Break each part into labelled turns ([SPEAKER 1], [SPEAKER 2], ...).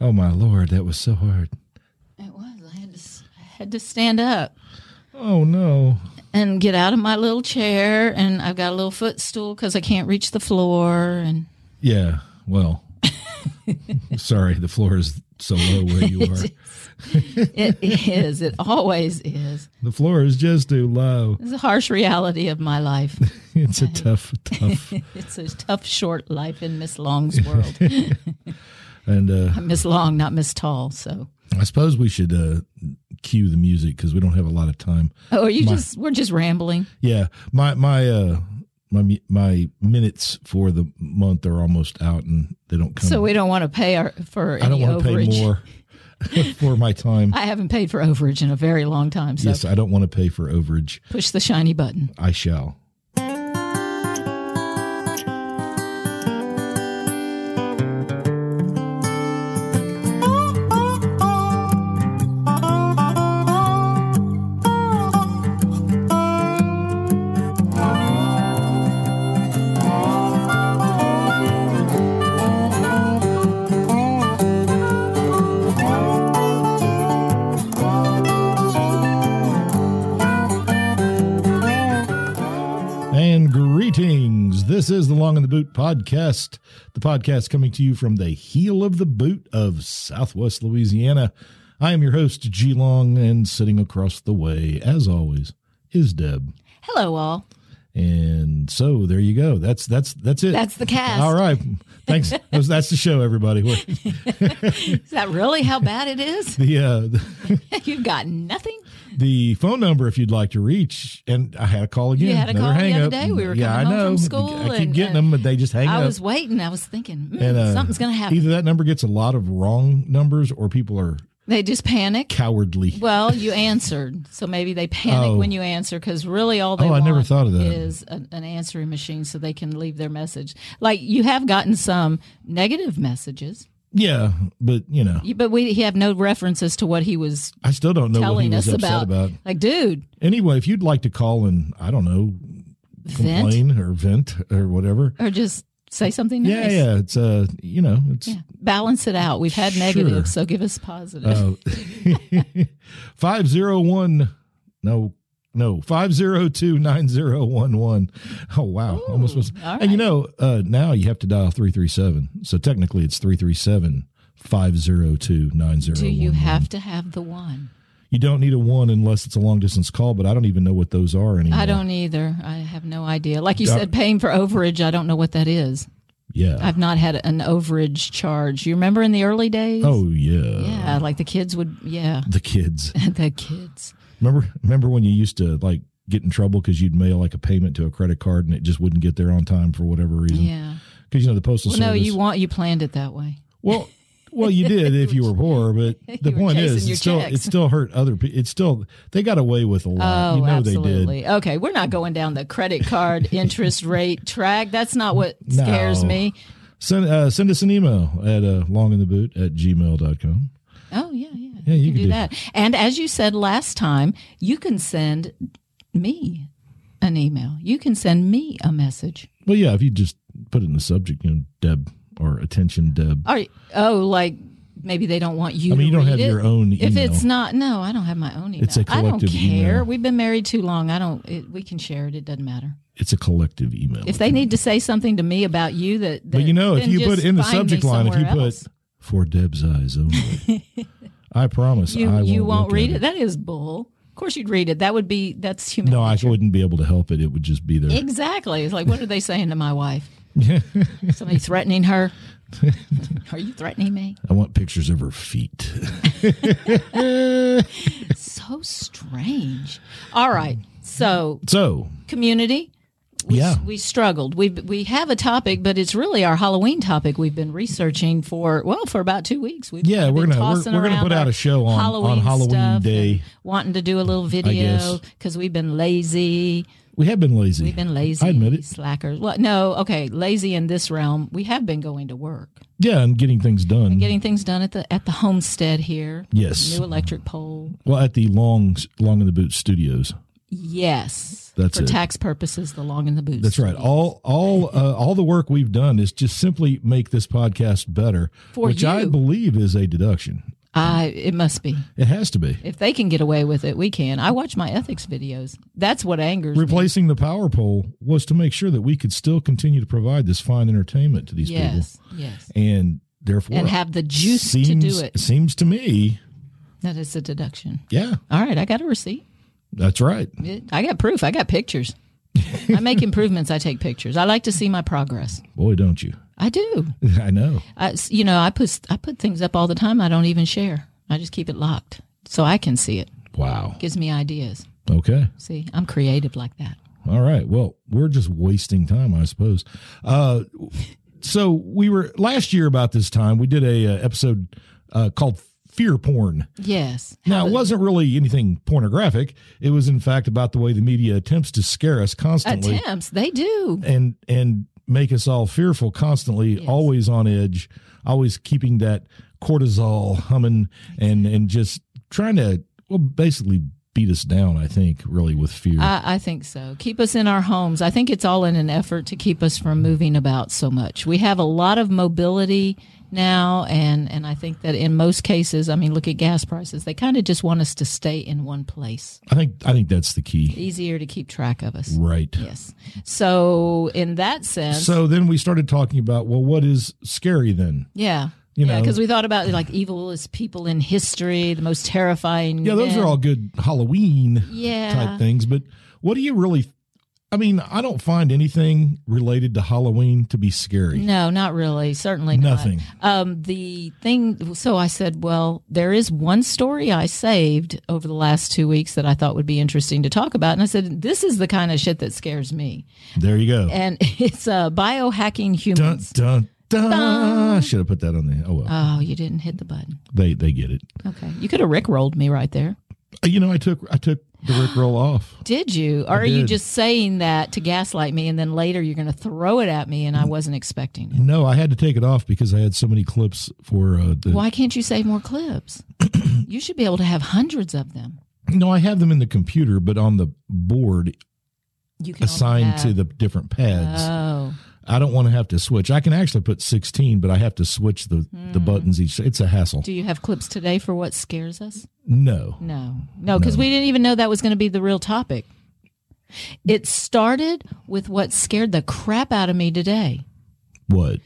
[SPEAKER 1] Oh my lord, that was so hard.
[SPEAKER 2] It was. I had to, s- I had to stand up
[SPEAKER 1] Oh no.
[SPEAKER 2] and get out of my little chair, and I've got a little footstool because I can't reach the floor. And
[SPEAKER 1] Yeah. Well. sorry, the floor is so low where you are.
[SPEAKER 2] it is. It always is.
[SPEAKER 1] The floor is just too low.
[SPEAKER 2] It's a harsh reality of my life.
[SPEAKER 1] It's a tough, tough.
[SPEAKER 2] It's a tough, short life in Miss Long's world.
[SPEAKER 1] And uh,
[SPEAKER 2] Miss Long, not Miss Tall. So,
[SPEAKER 1] I suppose we should uh, cue the music because we don't have a lot of time.
[SPEAKER 2] oh, are you
[SPEAKER 1] My-
[SPEAKER 2] just? We're just rambling.
[SPEAKER 1] Yeah, my my uh my mi- my minutes for the month are almost out, and they don't come.
[SPEAKER 2] So we don't want to pay our, for
[SPEAKER 1] Mm. I don't
[SPEAKER 2] any
[SPEAKER 1] want to pay
[SPEAKER 2] overage.
[SPEAKER 1] more for my time.
[SPEAKER 2] I haven't paid for overage in a very long time. So
[SPEAKER 1] yes, I don't want to pay for overage.
[SPEAKER 2] push the shiny button.
[SPEAKER 1] I shall. And greetings. This is the Long in the Boot podcast, the podcast coming to you from the heel of the boot of Southwest Louisiana. I am your host, G Long, and sitting across the way, as always, is Deb.
[SPEAKER 2] Hello, all.
[SPEAKER 1] And so there you go. That's that's that's it.
[SPEAKER 2] That's the cast.
[SPEAKER 1] All right. Thanks. That's- that's the show, everybody. We're-
[SPEAKER 2] Is that really how bad it is?
[SPEAKER 1] The uh, the,
[SPEAKER 2] You've got nothing.
[SPEAKER 1] the phone number, if you'd like to reach, and I had a call again.
[SPEAKER 2] You had a
[SPEAKER 1] another
[SPEAKER 2] call the
[SPEAKER 1] hang
[SPEAKER 2] other
[SPEAKER 1] up.
[SPEAKER 2] day. We were
[SPEAKER 1] yeah,
[SPEAKER 2] coming
[SPEAKER 1] I know.
[SPEAKER 2] home from school
[SPEAKER 1] I keep
[SPEAKER 2] and- uh,
[SPEAKER 1] getting them, but they just hang
[SPEAKER 2] I
[SPEAKER 1] up.
[SPEAKER 2] was waiting. I was thinking mm,
[SPEAKER 1] And, uh,
[SPEAKER 2] something's going to happen.
[SPEAKER 1] Either that number gets a lot of wrong numbers, or people are
[SPEAKER 2] they just panic.
[SPEAKER 1] cowardly.
[SPEAKER 2] Well, you answered, so maybe they panic
[SPEAKER 1] Oh.
[SPEAKER 2] when you answer because really all they
[SPEAKER 1] Oh, I
[SPEAKER 2] want
[SPEAKER 1] never thought of that.
[SPEAKER 2] is an, an answering machine so they can leave their message. Like you have gotten some negative messages,
[SPEAKER 1] yeah, but you know,
[SPEAKER 2] you- but we have no reference as to what he was
[SPEAKER 1] I still don't know what he
[SPEAKER 2] telling
[SPEAKER 1] was
[SPEAKER 2] us
[SPEAKER 1] upset
[SPEAKER 2] about,
[SPEAKER 1] about.
[SPEAKER 2] Like, dude,
[SPEAKER 1] Anyway, if you'd like to call and I don't know,
[SPEAKER 2] vent
[SPEAKER 1] complain or vent or whatever.
[SPEAKER 2] or just say something
[SPEAKER 1] Yeah,
[SPEAKER 2] nice.
[SPEAKER 1] yeah, it's uh, you know, it's
[SPEAKER 2] Yeah. Balance it out. We've had
[SPEAKER 1] Sure.
[SPEAKER 2] negatives, so give us positive.
[SPEAKER 1] Uh, 501 no no 502-9011 oh wow
[SPEAKER 2] Ooh,
[SPEAKER 1] almost was
[SPEAKER 2] all
[SPEAKER 1] and you
[SPEAKER 2] right.
[SPEAKER 1] know uh now you have to dial 337 so technically it's 337 502-9011
[SPEAKER 2] Do you have to have the one?
[SPEAKER 1] you don't need a one unless it's a long distance call but i don't even know what those are anymore
[SPEAKER 2] I don't either. I have no idea. Like you
[SPEAKER 1] Uh,
[SPEAKER 2] said, paying for overage, I don't know what that is.
[SPEAKER 1] yeah
[SPEAKER 2] I've not had an overage charge. You remember in the early days?
[SPEAKER 1] oh yeah
[SPEAKER 2] yeah. Like the kids would, yeah.
[SPEAKER 1] the kids
[SPEAKER 2] the kids.
[SPEAKER 1] remember remember when you used to like get in trouble because you'd mail like a payment to a credit card and it just wouldn't get there on time for whatever reason
[SPEAKER 2] Yeah.
[SPEAKER 1] because you know the postal
[SPEAKER 2] Well,
[SPEAKER 1] service
[SPEAKER 2] no, you want, you planned it that way.
[SPEAKER 1] Well, well, you did if you were poor, but the
[SPEAKER 2] You were
[SPEAKER 1] point
[SPEAKER 2] chasing
[SPEAKER 1] is,
[SPEAKER 2] your
[SPEAKER 1] it still
[SPEAKER 2] checks.
[SPEAKER 1] it still hurt other people. It still they got away with a lot.
[SPEAKER 2] Oh,
[SPEAKER 1] Uh, you know they
[SPEAKER 2] absolutely.
[SPEAKER 1] did.
[SPEAKER 2] Okay, we're not going down the credit card interest rate track. That's not what scares
[SPEAKER 1] No.
[SPEAKER 2] me.
[SPEAKER 1] Send uh, send us an email at uh, longintheboot at gmail.com.
[SPEAKER 2] Oh, yeah, yeah.
[SPEAKER 1] Yeah, you
[SPEAKER 2] can
[SPEAKER 1] could
[SPEAKER 2] do
[SPEAKER 1] do-
[SPEAKER 2] that. And as you said last time, you can send me an email. You can send me a message.
[SPEAKER 1] Well, yeah, if you just put it in the subject, you know, Deb or attention Deb.
[SPEAKER 2] Are oh, like maybe they don't want you.
[SPEAKER 1] I mean,
[SPEAKER 2] to
[SPEAKER 1] you don't
[SPEAKER 2] read
[SPEAKER 1] have
[SPEAKER 2] it.
[SPEAKER 1] your own
[SPEAKER 2] If
[SPEAKER 1] email.
[SPEAKER 2] it's not, no, I don't have my own email.
[SPEAKER 1] It's a collective
[SPEAKER 2] I don't care.
[SPEAKER 1] email.
[SPEAKER 2] We've been married too long. I don't. It, we can share it. It doesn't matter.
[SPEAKER 1] It's a collective email.
[SPEAKER 2] If they need to say something to me about you, that,
[SPEAKER 1] but
[SPEAKER 2] that-
[SPEAKER 1] you know, if
[SPEAKER 2] then
[SPEAKER 1] you put
[SPEAKER 2] just
[SPEAKER 1] it in the
[SPEAKER 2] find me
[SPEAKER 1] subject line, if you
[SPEAKER 2] somewhere
[SPEAKER 1] put
[SPEAKER 2] else.
[SPEAKER 1] for Deb's eyes only, I promise
[SPEAKER 2] you,
[SPEAKER 1] I won't,
[SPEAKER 2] you won't
[SPEAKER 1] look
[SPEAKER 2] read
[SPEAKER 1] at
[SPEAKER 2] it. That is bull. Of course, you'd read it. That would be that's human.
[SPEAKER 1] No, I
[SPEAKER 2] nature.
[SPEAKER 1] wouldn't be able to help it. It would just be there.
[SPEAKER 2] Exactly. It's like, what are they saying to my wife? Somebody threatening her? Are you threatening me?
[SPEAKER 1] I want pictures of her feet.
[SPEAKER 2] So strange. All right. So,
[SPEAKER 1] So
[SPEAKER 2] community. We,
[SPEAKER 1] Yeah.
[SPEAKER 2] we struggled. We we have a topic, but it's really our Halloween topic. We've been researching for well for about two weeks. We've
[SPEAKER 1] Yeah,
[SPEAKER 2] been
[SPEAKER 1] we're gonna- we're-
[SPEAKER 2] tossing
[SPEAKER 1] we're gonna
[SPEAKER 2] around
[SPEAKER 1] put out
[SPEAKER 2] our
[SPEAKER 1] a show on- on Halloween
[SPEAKER 2] stuff
[SPEAKER 1] Day.
[SPEAKER 2] and wanting to do a little video
[SPEAKER 1] guess.
[SPEAKER 2] because we've been lazy.
[SPEAKER 1] we have been lazy.
[SPEAKER 2] We've been lazy.
[SPEAKER 1] I admit it.
[SPEAKER 2] Slackers. Well, no, okay, lazy in this realm. We have been going to work,
[SPEAKER 1] Yeah, and getting things done.
[SPEAKER 2] getting things done at the at the homestead here.
[SPEAKER 1] Yes.
[SPEAKER 2] New electric pole.
[SPEAKER 1] well, at the long, long in the boot studios.
[SPEAKER 2] Yes.
[SPEAKER 1] That's
[SPEAKER 2] for
[SPEAKER 1] it.
[SPEAKER 2] tax purposes, the long and the boots.
[SPEAKER 1] That's right. All all uh, all the work we've done is just simply make this podcast better,
[SPEAKER 2] For
[SPEAKER 1] which I
[SPEAKER 2] you.
[SPEAKER 1] believe is a deduction.
[SPEAKER 2] I it must be.
[SPEAKER 1] It has to be.
[SPEAKER 2] If they can get away with it, we can. I watch my ethics videos. That's what angers me.
[SPEAKER 1] Replacing the power pole was to make sure that we could still continue to provide this fine entertainment to these
[SPEAKER 2] Yes. Yes.
[SPEAKER 1] people, and therefore
[SPEAKER 2] And have the juice to do
[SPEAKER 1] seems-
[SPEAKER 2] it.
[SPEAKER 1] Seems to me,
[SPEAKER 2] That is a deduction.
[SPEAKER 1] yeah,
[SPEAKER 2] All right, I got a receipt.
[SPEAKER 1] that's right.
[SPEAKER 2] It- I got proof. I got pictures. I make improvements. I take pictures. I like to see my progress.
[SPEAKER 1] Boy, don't you?
[SPEAKER 2] I do.
[SPEAKER 1] I know.
[SPEAKER 2] I, you know, I put I put things up all the time. I don't even share. I just keep it locked so I can see it.
[SPEAKER 1] Wow.
[SPEAKER 2] Gives me ideas.
[SPEAKER 1] Okay.
[SPEAKER 2] See, I'm creative like that.
[SPEAKER 1] All right. Well, we're just wasting time, I suppose. Uh, so we were last year about this time. We did a, uh episode uh, called "Fear Porn."
[SPEAKER 2] Yes.
[SPEAKER 1] Now, it wasn't really anything pornographic. It was, in fact, about the way the media attempts to scare us constantly
[SPEAKER 2] Attempts they do.
[SPEAKER 1] and and make us all fearful constantly,
[SPEAKER 2] Yes.
[SPEAKER 1] always on edge, always keeping that cortisol humming and and just trying to well basically beat us down. I think really with fear.
[SPEAKER 2] I, I think so. Keep us in our homes. I think it's all in an effort to keep us from moving about so much. We have a lot of mobility now, and and I think that in most cases, I mean, look at gas prices. They kind of just want us to stay in one place.
[SPEAKER 1] I think I think that's the key.
[SPEAKER 2] Easier to keep track of us.
[SPEAKER 1] Right.
[SPEAKER 2] Yes. So in that sense,
[SPEAKER 1] So then we started talking about well, what is scary then?
[SPEAKER 2] yeah.
[SPEAKER 1] You
[SPEAKER 2] yeah,
[SPEAKER 1] know.
[SPEAKER 2] because we thought about like evilest people in history, the most terrifying.
[SPEAKER 1] Yeah, those
[SPEAKER 2] men.
[SPEAKER 1] are all good Halloween
[SPEAKER 2] yeah.
[SPEAKER 1] type things, but what do you really? I mean, I don't find anything related to Halloween to be scary.
[SPEAKER 2] No, not really. Certainly not.
[SPEAKER 1] Nothing.
[SPEAKER 2] Um, the thing. So I said, well, there is one story I saved over the last two weeks that I thought would be interesting to talk about, and I said, this is the kind of shit that scares me,
[SPEAKER 1] There you go.
[SPEAKER 2] and it's uh,
[SPEAKER 1] Dun
[SPEAKER 2] biohacking humans.
[SPEAKER 1] dun dun. Should have put that on there. Oh well,
[SPEAKER 2] Oh, you didn't hit the button.
[SPEAKER 1] they they get it.
[SPEAKER 2] Okay, you could have rickrolled me right there.
[SPEAKER 1] Uh, You know, I took I took the Rick roll off.
[SPEAKER 2] Did you? Or are you
[SPEAKER 1] did.
[SPEAKER 2] just saying that to gaslight me, and then later you're going to throw it at me, and I wasn't expecting it?
[SPEAKER 1] No, I had to take it off because I had so many clips for uh, the.
[SPEAKER 2] Why can't you save more clips? you should be able to have hundreds of them.
[SPEAKER 1] No, I have them in the computer, but on the board
[SPEAKER 2] You can only
[SPEAKER 1] assigned
[SPEAKER 2] have-
[SPEAKER 1] to the different pads.
[SPEAKER 2] Oh,
[SPEAKER 1] I don't want to have to switch. I can actually put 16, but I have to switch the, the
[SPEAKER 2] Hmm.
[SPEAKER 1] buttons each. It's a hassle.
[SPEAKER 2] do you have clips today for what scares us?
[SPEAKER 1] No.
[SPEAKER 2] No, no, because we didn't even know that was going to be the real topic. It started with what scared the crap out of me today.
[SPEAKER 1] What?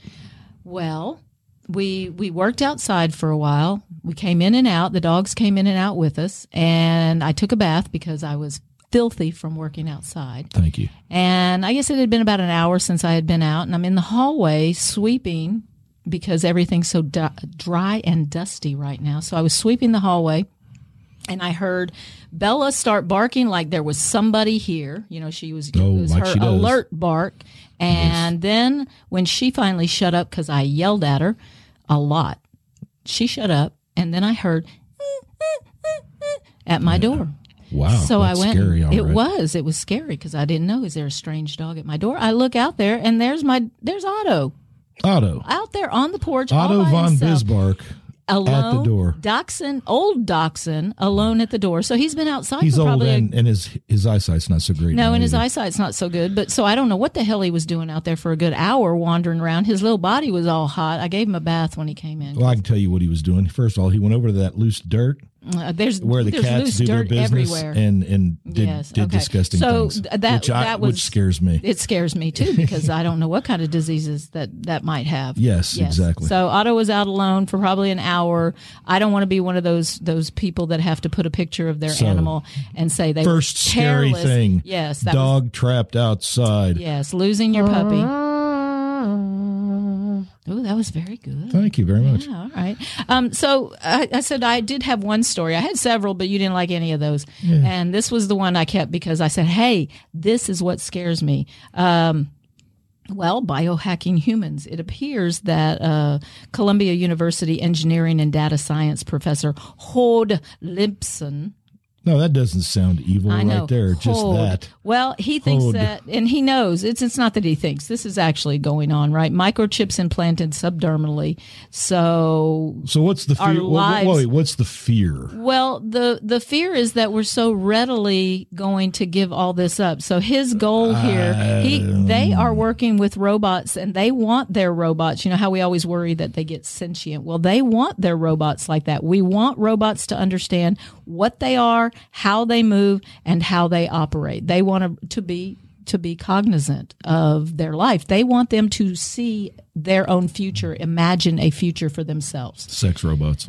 [SPEAKER 2] Well, we we worked outside for a while. We came in and out. The dogs came in and out with us, and I took a bath because I was filthy from working outside.
[SPEAKER 1] Thank you.
[SPEAKER 2] And I guess it had been about an hour since I had been out, and I'm in the hallway sweeping because everything's so du- dry and dusty right now. So I was sweeping the hallway, and I heard Bella start barking like there was somebody here. You know, she was,
[SPEAKER 1] Oh,
[SPEAKER 2] it was
[SPEAKER 1] like
[SPEAKER 2] her
[SPEAKER 1] she does.
[SPEAKER 2] alert bark. And then when she finally shut up because I yelled at her a lot, she shut up, and then I heard "Eh, at my door.
[SPEAKER 1] Wow.
[SPEAKER 2] So
[SPEAKER 1] Oh,
[SPEAKER 2] I
[SPEAKER 1] that's
[SPEAKER 2] went.
[SPEAKER 1] Scary, all
[SPEAKER 2] it
[SPEAKER 1] right.
[SPEAKER 2] was. It was scary because I didn't know. Is there a strange dog at my door? I look out there, and there's my there's Otto
[SPEAKER 1] Otto.
[SPEAKER 2] out there on the porch,
[SPEAKER 1] Otto
[SPEAKER 2] all by
[SPEAKER 1] von
[SPEAKER 2] himself,
[SPEAKER 1] Bismarck.
[SPEAKER 2] alone,
[SPEAKER 1] at the door.
[SPEAKER 2] Dachshund, old dachshund, alone at the door. So he's been outside.
[SPEAKER 1] He's
[SPEAKER 2] for
[SPEAKER 1] old
[SPEAKER 2] probably a-
[SPEAKER 1] and, and his his eyesight's not so great.
[SPEAKER 2] no,
[SPEAKER 1] now
[SPEAKER 2] and his
[SPEAKER 1] either.
[SPEAKER 2] eyesight's not so good. But so I don't know what the hell he was doing out there for a good hour, wandering around. His little body was all hot. I gave him a bath when he came in.
[SPEAKER 1] Well, I can tell you what he was doing. First of all, he went over to that loose dirt
[SPEAKER 2] Uh, there's
[SPEAKER 1] where the
[SPEAKER 2] there's
[SPEAKER 1] cats
[SPEAKER 2] loose
[SPEAKER 1] do their
[SPEAKER 2] dirt
[SPEAKER 1] business
[SPEAKER 2] everywhere.
[SPEAKER 1] and and did,
[SPEAKER 2] Yes,
[SPEAKER 1] did
[SPEAKER 2] okay.
[SPEAKER 1] disgusting
[SPEAKER 2] So
[SPEAKER 1] things.
[SPEAKER 2] th- that-
[SPEAKER 1] which, I,
[SPEAKER 2] that
[SPEAKER 1] which
[SPEAKER 2] was-
[SPEAKER 1] scares me.
[SPEAKER 2] it scares me too because I don't know what kind of diseases that that might have.
[SPEAKER 1] Yes, exactly.
[SPEAKER 2] So Otto was out alone for probably an hour. I don't want to be one of those those people that have to put a picture of their
[SPEAKER 1] So,
[SPEAKER 2] animal and say they were
[SPEAKER 1] First scary
[SPEAKER 2] careless.
[SPEAKER 1] thing.
[SPEAKER 2] Yes, that was,
[SPEAKER 1] Dog trapped outside.
[SPEAKER 2] yes, losing your puppy. Oh, that was very good.
[SPEAKER 1] Thank you very much.
[SPEAKER 2] Yeah, Oh, all right. Um, so I, I said I did have one story. I had several, but you didn't like any of those. And this was the one I kept because I said, "Hey, this is what scares me." Um, well, biohacking humans. It appears that uh, Columbia University engineering and data science professor Hode Limpson
[SPEAKER 1] No, that doesn't sound evil
[SPEAKER 2] I know.
[SPEAKER 1] right there. Just
[SPEAKER 2] Hold.
[SPEAKER 1] that.
[SPEAKER 2] Well, he thinks
[SPEAKER 1] Hold.
[SPEAKER 2] that, and he knows it's it's not that he thinks this is actually going on, right? Microchips implanted subdermally. So,
[SPEAKER 1] So what's the
[SPEAKER 2] Our
[SPEAKER 1] fear? Wait,
[SPEAKER 2] lives-
[SPEAKER 1] what's the fear?
[SPEAKER 2] well, the the fear is that we're so readily going to give all this up. So his goal here, he they are working with robots, and they want their robots. You know how we always worry that they get sentient. Well, they want their robots like that. We want robots to understand what they are, how they move, and how they operate. They want to, to be to be cognizant of their life. They want them to see their own future, imagine a future for themselves.
[SPEAKER 1] Sex robots.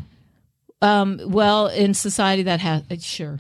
[SPEAKER 2] Well, in society that has sure.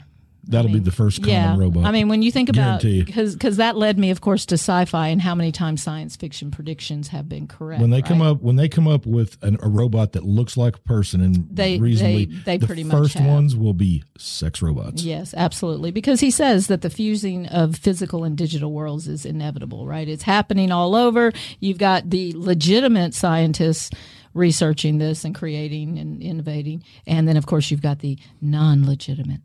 [SPEAKER 1] That'll be the first common
[SPEAKER 2] Yeah.
[SPEAKER 1] robot.
[SPEAKER 2] I mean, when you think about
[SPEAKER 1] Guarantee you.
[SPEAKER 2] because because that led me, of course, to sci-fi and how many times science fiction predictions have been correct.
[SPEAKER 1] when they come
[SPEAKER 2] right?
[SPEAKER 1] up when they come up with an, a robot that looks like a person and
[SPEAKER 2] They-
[SPEAKER 1] reasonably
[SPEAKER 2] they- they
[SPEAKER 1] the
[SPEAKER 2] pretty much
[SPEAKER 1] first
[SPEAKER 2] have.
[SPEAKER 1] ones will be sex robots.
[SPEAKER 2] Yes, absolutely. Because he says that the fusing of physical and digital worlds is inevitable, right? It's happening all over. You've got the legitimate scientists researching this and creating and innovating. And then, of course, you've got the non legitimate.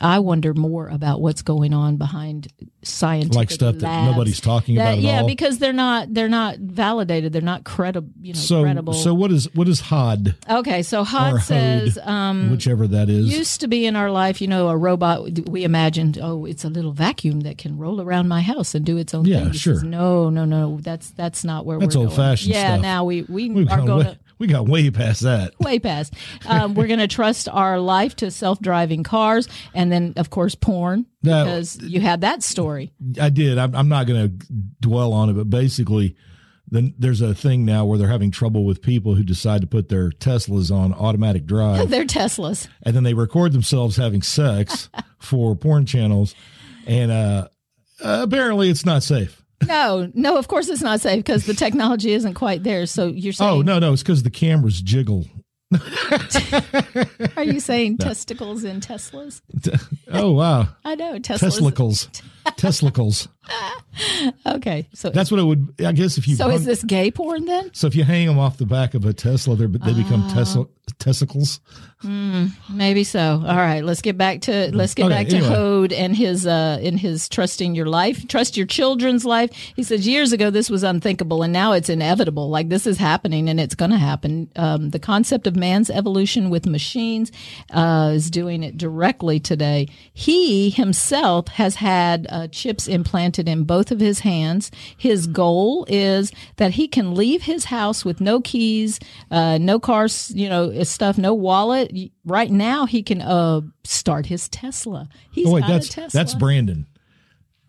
[SPEAKER 2] I wonder more about what's going on behind scientific
[SPEAKER 1] Like stuff that
[SPEAKER 2] labs.
[SPEAKER 1] nobody's talking
[SPEAKER 2] That-
[SPEAKER 1] about at
[SPEAKER 2] yeah,
[SPEAKER 1] all.
[SPEAKER 2] because they're not they're not validated. They're not credible. You know,
[SPEAKER 1] So
[SPEAKER 2] credible.
[SPEAKER 1] so what is what is HOD
[SPEAKER 2] okay, so
[SPEAKER 1] or
[SPEAKER 2] Hod
[SPEAKER 1] HOD,
[SPEAKER 2] says um,
[SPEAKER 1] whichever that is.
[SPEAKER 2] used to be in our life, you know, a robot. We imagined, oh, it's a little vacuum that can roll around my house and do its own
[SPEAKER 1] Yeah,
[SPEAKER 2] thing. This
[SPEAKER 1] sure.
[SPEAKER 2] is- no, no, no. That's that's not where
[SPEAKER 1] That's
[SPEAKER 2] we're going.
[SPEAKER 1] old-fashioned
[SPEAKER 2] Yeah,
[SPEAKER 1] stuff.
[SPEAKER 2] now we we
[SPEAKER 1] we
[SPEAKER 2] are
[SPEAKER 1] got
[SPEAKER 2] going
[SPEAKER 1] way,
[SPEAKER 2] to
[SPEAKER 1] we got way past that.
[SPEAKER 2] way past. Um, we're going to trust our life to self-driving cars, and then of course porn
[SPEAKER 1] That-
[SPEAKER 2] because you had that story.
[SPEAKER 1] I did. I'm, I'm not going to dwell on it, but basically, then there's a thing now where they're having trouble with people who decide to put their Teslas on automatic drive,
[SPEAKER 2] They're Teslas.
[SPEAKER 1] and then they record themselves having sex for porn channels, and uh, apparently it's not safe.
[SPEAKER 2] No, no. Of course, it's not safe because the technology isn't quite there. So you're saying,
[SPEAKER 1] Oh no, no, it's because the cameras jiggle.
[SPEAKER 2] are you saying testicles in Teslas?
[SPEAKER 1] Oh wow,
[SPEAKER 2] I know Teslas.
[SPEAKER 1] Teslicles, Teslicles.
[SPEAKER 2] Okay, so
[SPEAKER 1] That's what it would. I guess if you
[SPEAKER 2] so
[SPEAKER 1] hung-
[SPEAKER 2] is this gay porn then?
[SPEAKER 1] so if you hang them off the back of a Tesla, they're, they
[SPEAKER 2] Oh.
[SPEAKER 1] become tesla, testicles.
[SPEAKER 2] Maybe so. All right, let's get back to let's get
[SPEAKER 1] Okay,
[SPEAKER 2] back to
[SPEAKER 1] anyway.
[SPEAKER 2] Hode and his uh in his trusting your life, trust your children's life. He says years ago this was unthinkable and now it's inevitable. Like this is happening and it's going to happen. Um, the concept of man's evolution with machines uh, is doing it directly today. He himself has had uh, chips implanted in both of his hands. His goal is that he can leave his house with no keys, uh, no cars, you know, uh, stuff, no wallet. Y- Right now, he can uh, start his Tesla. He's
[SPEAKER 1] Oh wait,
[SPEAKER 2] got
[SPEAKER 1] that's
[SPEAKER 2] a Tesla.
[SPEAKER 1] that's Brandon,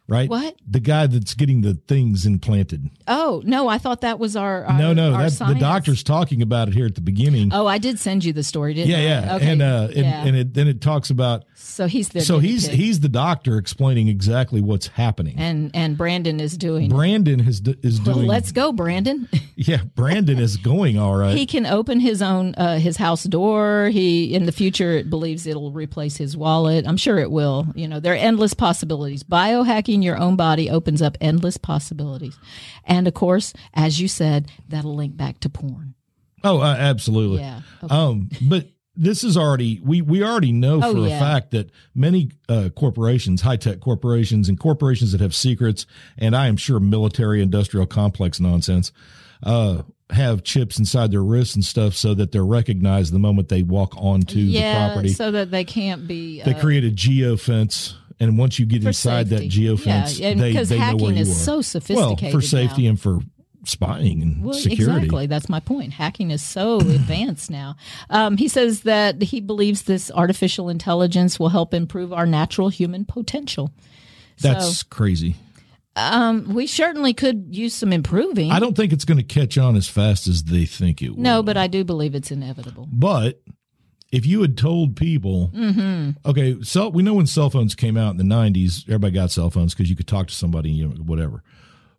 [SPEAKER 1] right?
[SPEAKER 2] What?
[SPEAKER 1] the guy that's getting the things implanted?
[SPEAKER 2] oh no, I thought that was our, our
[SPEAKER 1] no, no,
[SPEAKER 2] our
[SPEAKER 1] that's the
[SPEAKER 2] science.
[SPEAKER 1] doctor's talking about it here at the beginning.
[SPEAKER 2] Oh, I did send you the story, didn't
[SPEAKER 1] yeah,
[SPEAKER 2] I?
[SPEAKER 1] yeah,
[SPEAKER 2] Okay.
[SPEAKER 1] and uh, and,
[SPEAKER 2] yeah.
[SPEAKER 1] and it, then it talks about
[SPEAKER 2] so he's there.
[SPEAKER 1] so he's he's the doctor explaining exactly what's happening.
[SPEAKER 2] and and Brandon is doing.
[SPEAKER 1] Brandon is d- is
[SPEAKER 2] well,
[SPEAKER 1] doing
[SPEAKER 2] let's go, Brandon.
[SPEAKER 1] yeah. Brandon is going all right.
[SPEAKER 2] he can open his own uh, his house door he in the future it believes it'll replace his wallet i'm sure it will you know there are endless possibilities biohacking your own body opens up endless possibilities and of course as you said that'll link back to porn
[SPEAKER 1] oh, uh, absolutely.
[SPEAKER 2] yeah
[SPEAKER 1] Um, but this is already we we already know
[SPEAKER 2] Oh,
[SPEAKER 1] for
[SPEAKER 2] yeah.
[SPEAKER 1] a fact that many uh, corporations, high tech corporations, and corporations that have secrets, and I am sure military industrial complex nonsense, uh, have chips inside their wrists and stuff so that they're recognized the moment they walk onto the
[SPEAKER 2] yeah
[SPEAKER 1] property.
[SPEAKER 2] so that they can't be
[SPEAKER 1] they
[SPEAKER 2] uh,
[SPEAKER 1] create a geofence. And once you get
[SPEAKER 2] for
[SPEAKER 1] inside that
[SPEAKER 2] safety.
[SPEAKER 1] geofence,
[SPEAKER 2] yeah, and
[SPEAKER 1] they,
[SPEAKER 2] because
[SPEAKER 1] they know
[SPEAKER 2] hacking
[SPEAKER 1] where you
[SPEAKER 2] is
[SPEAKER 1] are.
[SPEAKER 2] so
[SPEAKER 1] well,
[SPEAKER 2] sophisticated
[SPEAKER 1] for safety
[SPEAKER 2] now.
[SPEAKER 1] and for spying and
[SPEAKER 2] Well,
[SPEAKER 1] security.
[SPEAKER 2] exactly. That's my point. Hacking is so advanced now. Um, he says that he believes this artificial intelligence will help improve our natural human potential.
[SPEAKER 1] That's crazy.
[SPEAKER 2] We certainly could use some improving.
[SPEAKER 1] I don't think it's going to catch on as fast as they think it will.
[SPEAKER 2] no, but I do believe it's inevitable.
[SPEAKER 1] But if you had told people,
[SPEAKER 2] Mm-hmm.
[SPEAKER 1] okay, so we know when cell phones came out in the '90s, everybody got cell phones because you could talk to somebody, you know, whatever.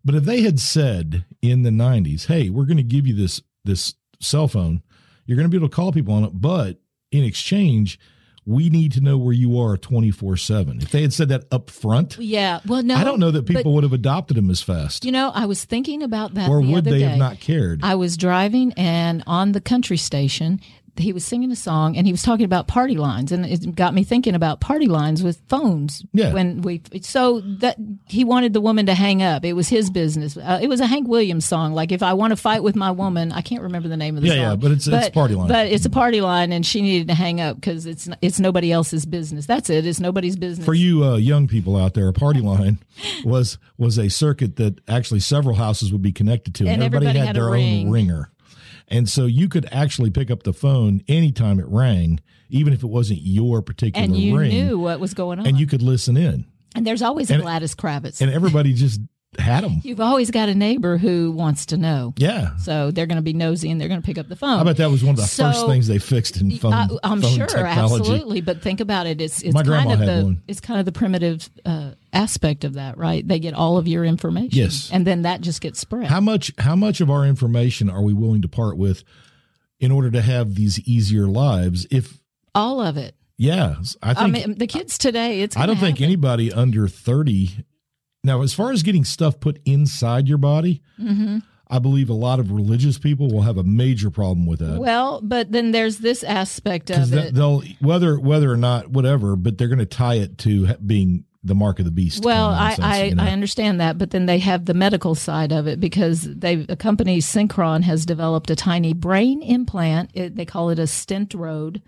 [SPEAKER 1] But if they had said in the '90s, "Hey, we're going to give you this this cell phone, you're going to be able to call people on it, but in exchange, we need to know where you are 24 seven." If they had said that up front,
[SPEAKER 2] Yeah. Well, no.
[SPEAKER 1] I don't know that
[SPEAKER 2] but,
[SPEAKER 1] people would have adopted them as fast,
[SPEAKER 2] you know, I was thinking about that.
[SPEAKER 1] or
[SPEAKER 2] the
[SPEAKER 1] would
[SPEAKER 2] other
[SPEAKER 1] they
[SPEAKER 2] day.
[SPEAKER 1] have not cared?
[SPEAKER 2] I was driving and on the country station, he was singing a song and he was talking about party lines and it got me thinking about party lines with phones
[SPEAKER 1] Yeah.
[SPEAKER 2] when we so that he wanted the woman to hang up it was his business uh, it was a hank williams song like if i want to fight with my woman i can't remember the name of the
[SPEAKER 1] Yeah,
[SPEAKER 2] song
[SPEAKER 1] yeah, but it's- it's party line.
[SPEAKER 2] but it's a party line and she needed to hang up because it's it's nobody else's business that's it it's nobody's business
[SPEAKER 1] For you uh, young people out there, a party line was was a circuit that actually several houses would be connected to,
[SPEAKER 2] And everybody had a
[SPEAKER 1] their
[SPEAKER 2] ring.
[SPEAKER 1] own ringer, and so you could actually pick up the phone anytime it rang, even if it wasn't your particular
[SPEAKER 2] and you
[SPEAKER 1] ring,
[SPEAKER 2] knew what was going on
[SPEAKER 1] and you could listen in,
[SPEAKER 2] And there's always a
[SPEAKER 1] and-
[SPEAKER 2] gladys kravitz
[SPEAKER 1] and everybody just had them.
[SPEAKER 2] you've always got a neighbor who wants to know
[SPEAKER 1] Yeah,
[SPEAKER 2] so they're going to be nosy and they're going to pick up the phone
[SPEAKER 1] I bet that was one of the
[SPEAKER 2] So-
[SPEAKER 1] first things they fixed in phone.
[SPEAKER 2] I, I'm
[SPEAKER 1] phone
[SPEAKER 2] sure,
[SPEAKER 1] technology.
[SPEAKER 2] absolutely. But think about it. It's it's
[SPEAKER 1] My
[SPEAKER 2] kind
[SPEAKER 1] grandma
[SPEAKER 2] of
[SPEAKER 1] had
[SPEAKER 2] the
[SPEAKER 1] one.
[SPEAKER 2] it's kind of the primitive uh, aspect of that, right? They get all of your information,
[SPEAKER 1] Yes.
[SPEAKER 2] and then that just gets spread.
[SPEAKER 1] How much how much of our information are we willing to part with in order to have these easier lives? If
[SPEAKER 2] all of it.
[SPEAKER 1] yeah, I think
[SPEAKER 2] I mean, the kids today. It's.
[SPEAKER 1] I don't
[SPEAKER 2] gonna
[SPEAKER 1] think
[SPEAKER 2] happen.
[SPEAKER 1] anybody under 30. Now, as far as getting stuff put inside your body,
[SPEAKER 2] Mm-hmm.
[SPEAKER 1] I believe a lot of religious people will have a major problem with that.
[SPEAKER 2] Well, but then there's this aspect
[SPEAKER 1] Because
[SPEAKER 2] of it.
[SPEAKER 1] they'll, whether whether or not, whatever, but they're going to tie it to ha- being the mark of the beast.
[SPEAKER 2] Well,
[SPEAKER 1] kind of
[SPEAKER 2] I,
[SPEAKER 1] nonsense,
[SPEAKER 2] I,
[SPEAKER 1] you know?
[SPEAKER 2] I understand that, but then they have the medical side of it because they a company Synchron has developed a tiny brain implant. It, they call it a stent road,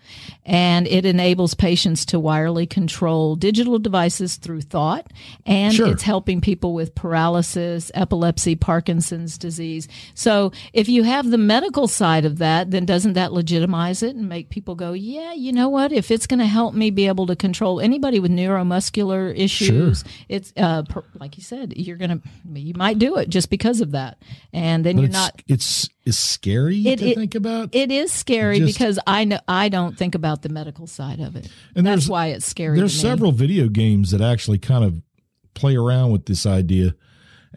[SPEAKER 2] and it enables patients to wirely control digital devices through thought, and
[SPEAKER 1] Sure.
[SPEAKER 2] it's helping people with paralysis, epilepsy, Parkinson's disease. So if you have the medical side of that, then doesn't that legitimize it and make people go, yeah, you know what? If it's going to help me be able to control anybody with neuromuscular issues
[SPEAKER 1] Sure.
[SPEAKER 2] it's uh, per, like you said, you're gonna you might do it just because of that, and then
[SPEAKER 1] But
[SPEAKER 2] you're
[SPEAKER 1] it's,
[SPEAKER 2] not.
[SPEAKER 1] it's it's scary
[SPEAKER 2] It-
[SPEAKER 1] to
[SPEAKER 2] it-
[SPEAKER 1] think about.
[SPEAKER 2] It is scary
[SPEAKER 1] Just-
[SPEAKER 2] because I know I don't think about the medical side of it.
[SPEAKER 1] And
[SPEAKER 2] That's
[SPEAKER 1] there's-
[SPEAKER 2] why it's scary.
[SPEAKER 1] There's
[SPEAKER 2] to me.
[SPEAKER 1] several video games that actually kind of play around with this idea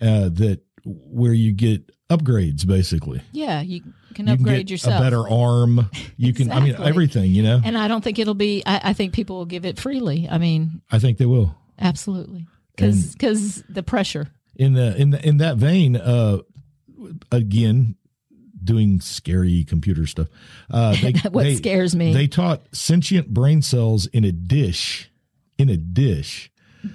[SPEAKER 1] uh, that where you get upgrades basically.
[SPEAKER 2] Yeah, you can
[SPEAKER 1] you can
[SPEAKER 2] upgrade
[SPEAKER 1] get
[SPEAKER 2] yourself.
[SPEAKER 1] a better arm. You can, I mean,
[SPEAKER 2] Exactly.
[SPEAKER 1] everything. You know,
[SPEAKER 2] and I don't think it'll be. I, I think people will give it freely. I mean,
[SPEAKER 1] I think they will.
[SPEAKER 2] absolutely, because the pressure.
[SPEAKER 1] In the in the, in that vein, uh, again, doing scary computer stuff. Uh, they,
[SPEAKER 2] What
[SPEAKER 1] they-
[SPEAKER 2] scares me.
[SPEAKER 1] They taught sentient brain cells in a dish, in a dish,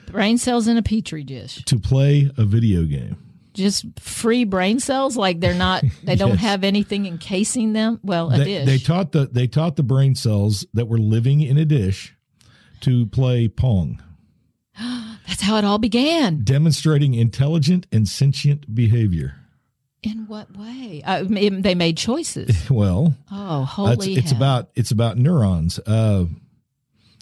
[SPEAKER 2] brain cells in a petri dish,
[SPEAKER 1] to play a video game.
[SPEAKER 2] just free brain cells. Like they're not. They don't
[SPEAKER 1] Yes.
[SPEAKER 2] have anything encasing them. Well, a
[SPEAKER 1] they,
[SPEAKER 2] dish.
[SPEAKER 1] they taught the they taught the brain cells that were living in a dish to play pong,
[SPEAKER 2] That's how it all began.
[SPEAKER 1] demonstrating intelligent and sentient behavior.
[SPEAKER 2] In what way? I mean, they made choices.
[SPEAKER 1] Well,
[SPEAKER 2] Oh,
[SPEAKER 1] Uh, it's,
[SPEAKER 2] holy!
[SPEAKER 1] it's
[SPEAKER 2] hell.
[SPEAKER 1] about it's about neurons. Uh,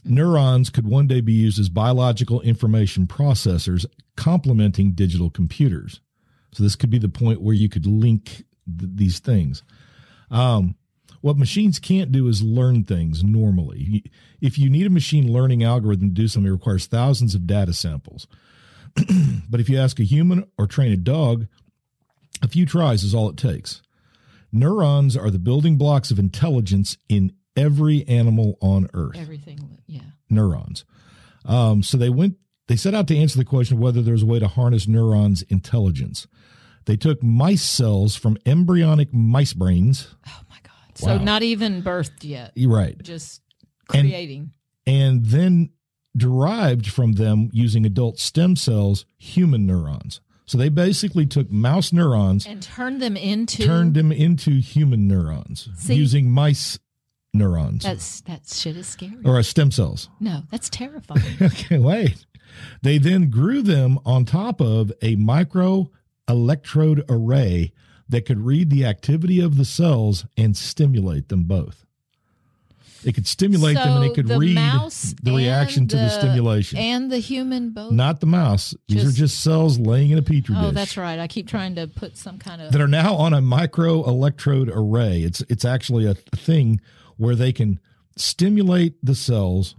[SPEAKER 1] neurons could one day be used as biological information processors, complementing digital computers. So this could be the point where you could link th- these things. Um, what machines can't do is learn things normally. You- If you need a machine learning algorithm to do something, it requires thousands of data samples. but if you ask a human or train a dog, a few tries is all it takes. Neurons are the building blocks of intelligence in every animal on earth.
[SPEAKER 2] everything. Yeah,
[SPEAKER 1] Neurons. Um, so they went. They set out to answer the question of whether there's a way to harness neurons' intelligence. They took mice cells from embryonic mice brains.
[SPEAKER 2] oh my god! So
[SPEAKER 1] Wow.
[SPEAKER 2] not even birthed yet,
[SPEAKER 1] You're right.
[SPEAKER 2] just
[SPEAKER 1] And-
[SPEAKER 2] creating.
[SPEAKER 1] and then derived from them using adult stem cells human neurons. So they basically took mouse neurons,
[SPEAKER 2] And, turned them into
[SPEAKER 1] turned them into human neurons
[SPEAKER 2] See?
[SPEAKER 1] using mice neurons
[SPEAKER 2] That's that shit is scary.
[SPEAKER 1] or uh, stem cells.
[SPEAKER 2] No, that's terrifying.
[SPEAKER 1] Okay, wait. They then grew them on top of a micro electrode array that could read the activity of the cells and stimulate them both. It could stimulate them and
[SPEAKER 2] So
[SPEAKER 1] it could
[SPEAKER 2] the
[SPEAKER 1] read
[SPEAKER 2] mouse
[SPEAKER 1] the reaction
[SPEAKER 2] and
[SPEAKER 1] to the
[SPEAKER 2] the-
[SPEAKER 1] stimulation.
[SPEAKER 2] and the human both.
[SPEAKER 1] not the mouse. These
[SPEAKER 2] Just-
[SPEAKER 1] are just cells laying in a petri dish.
[SPEAKER 2] oh, that's right. I keep trying to put some kind of
[SPEAKER 1] That are now on a micro electrode array. It's it's actually a thing where they can stimulate the cells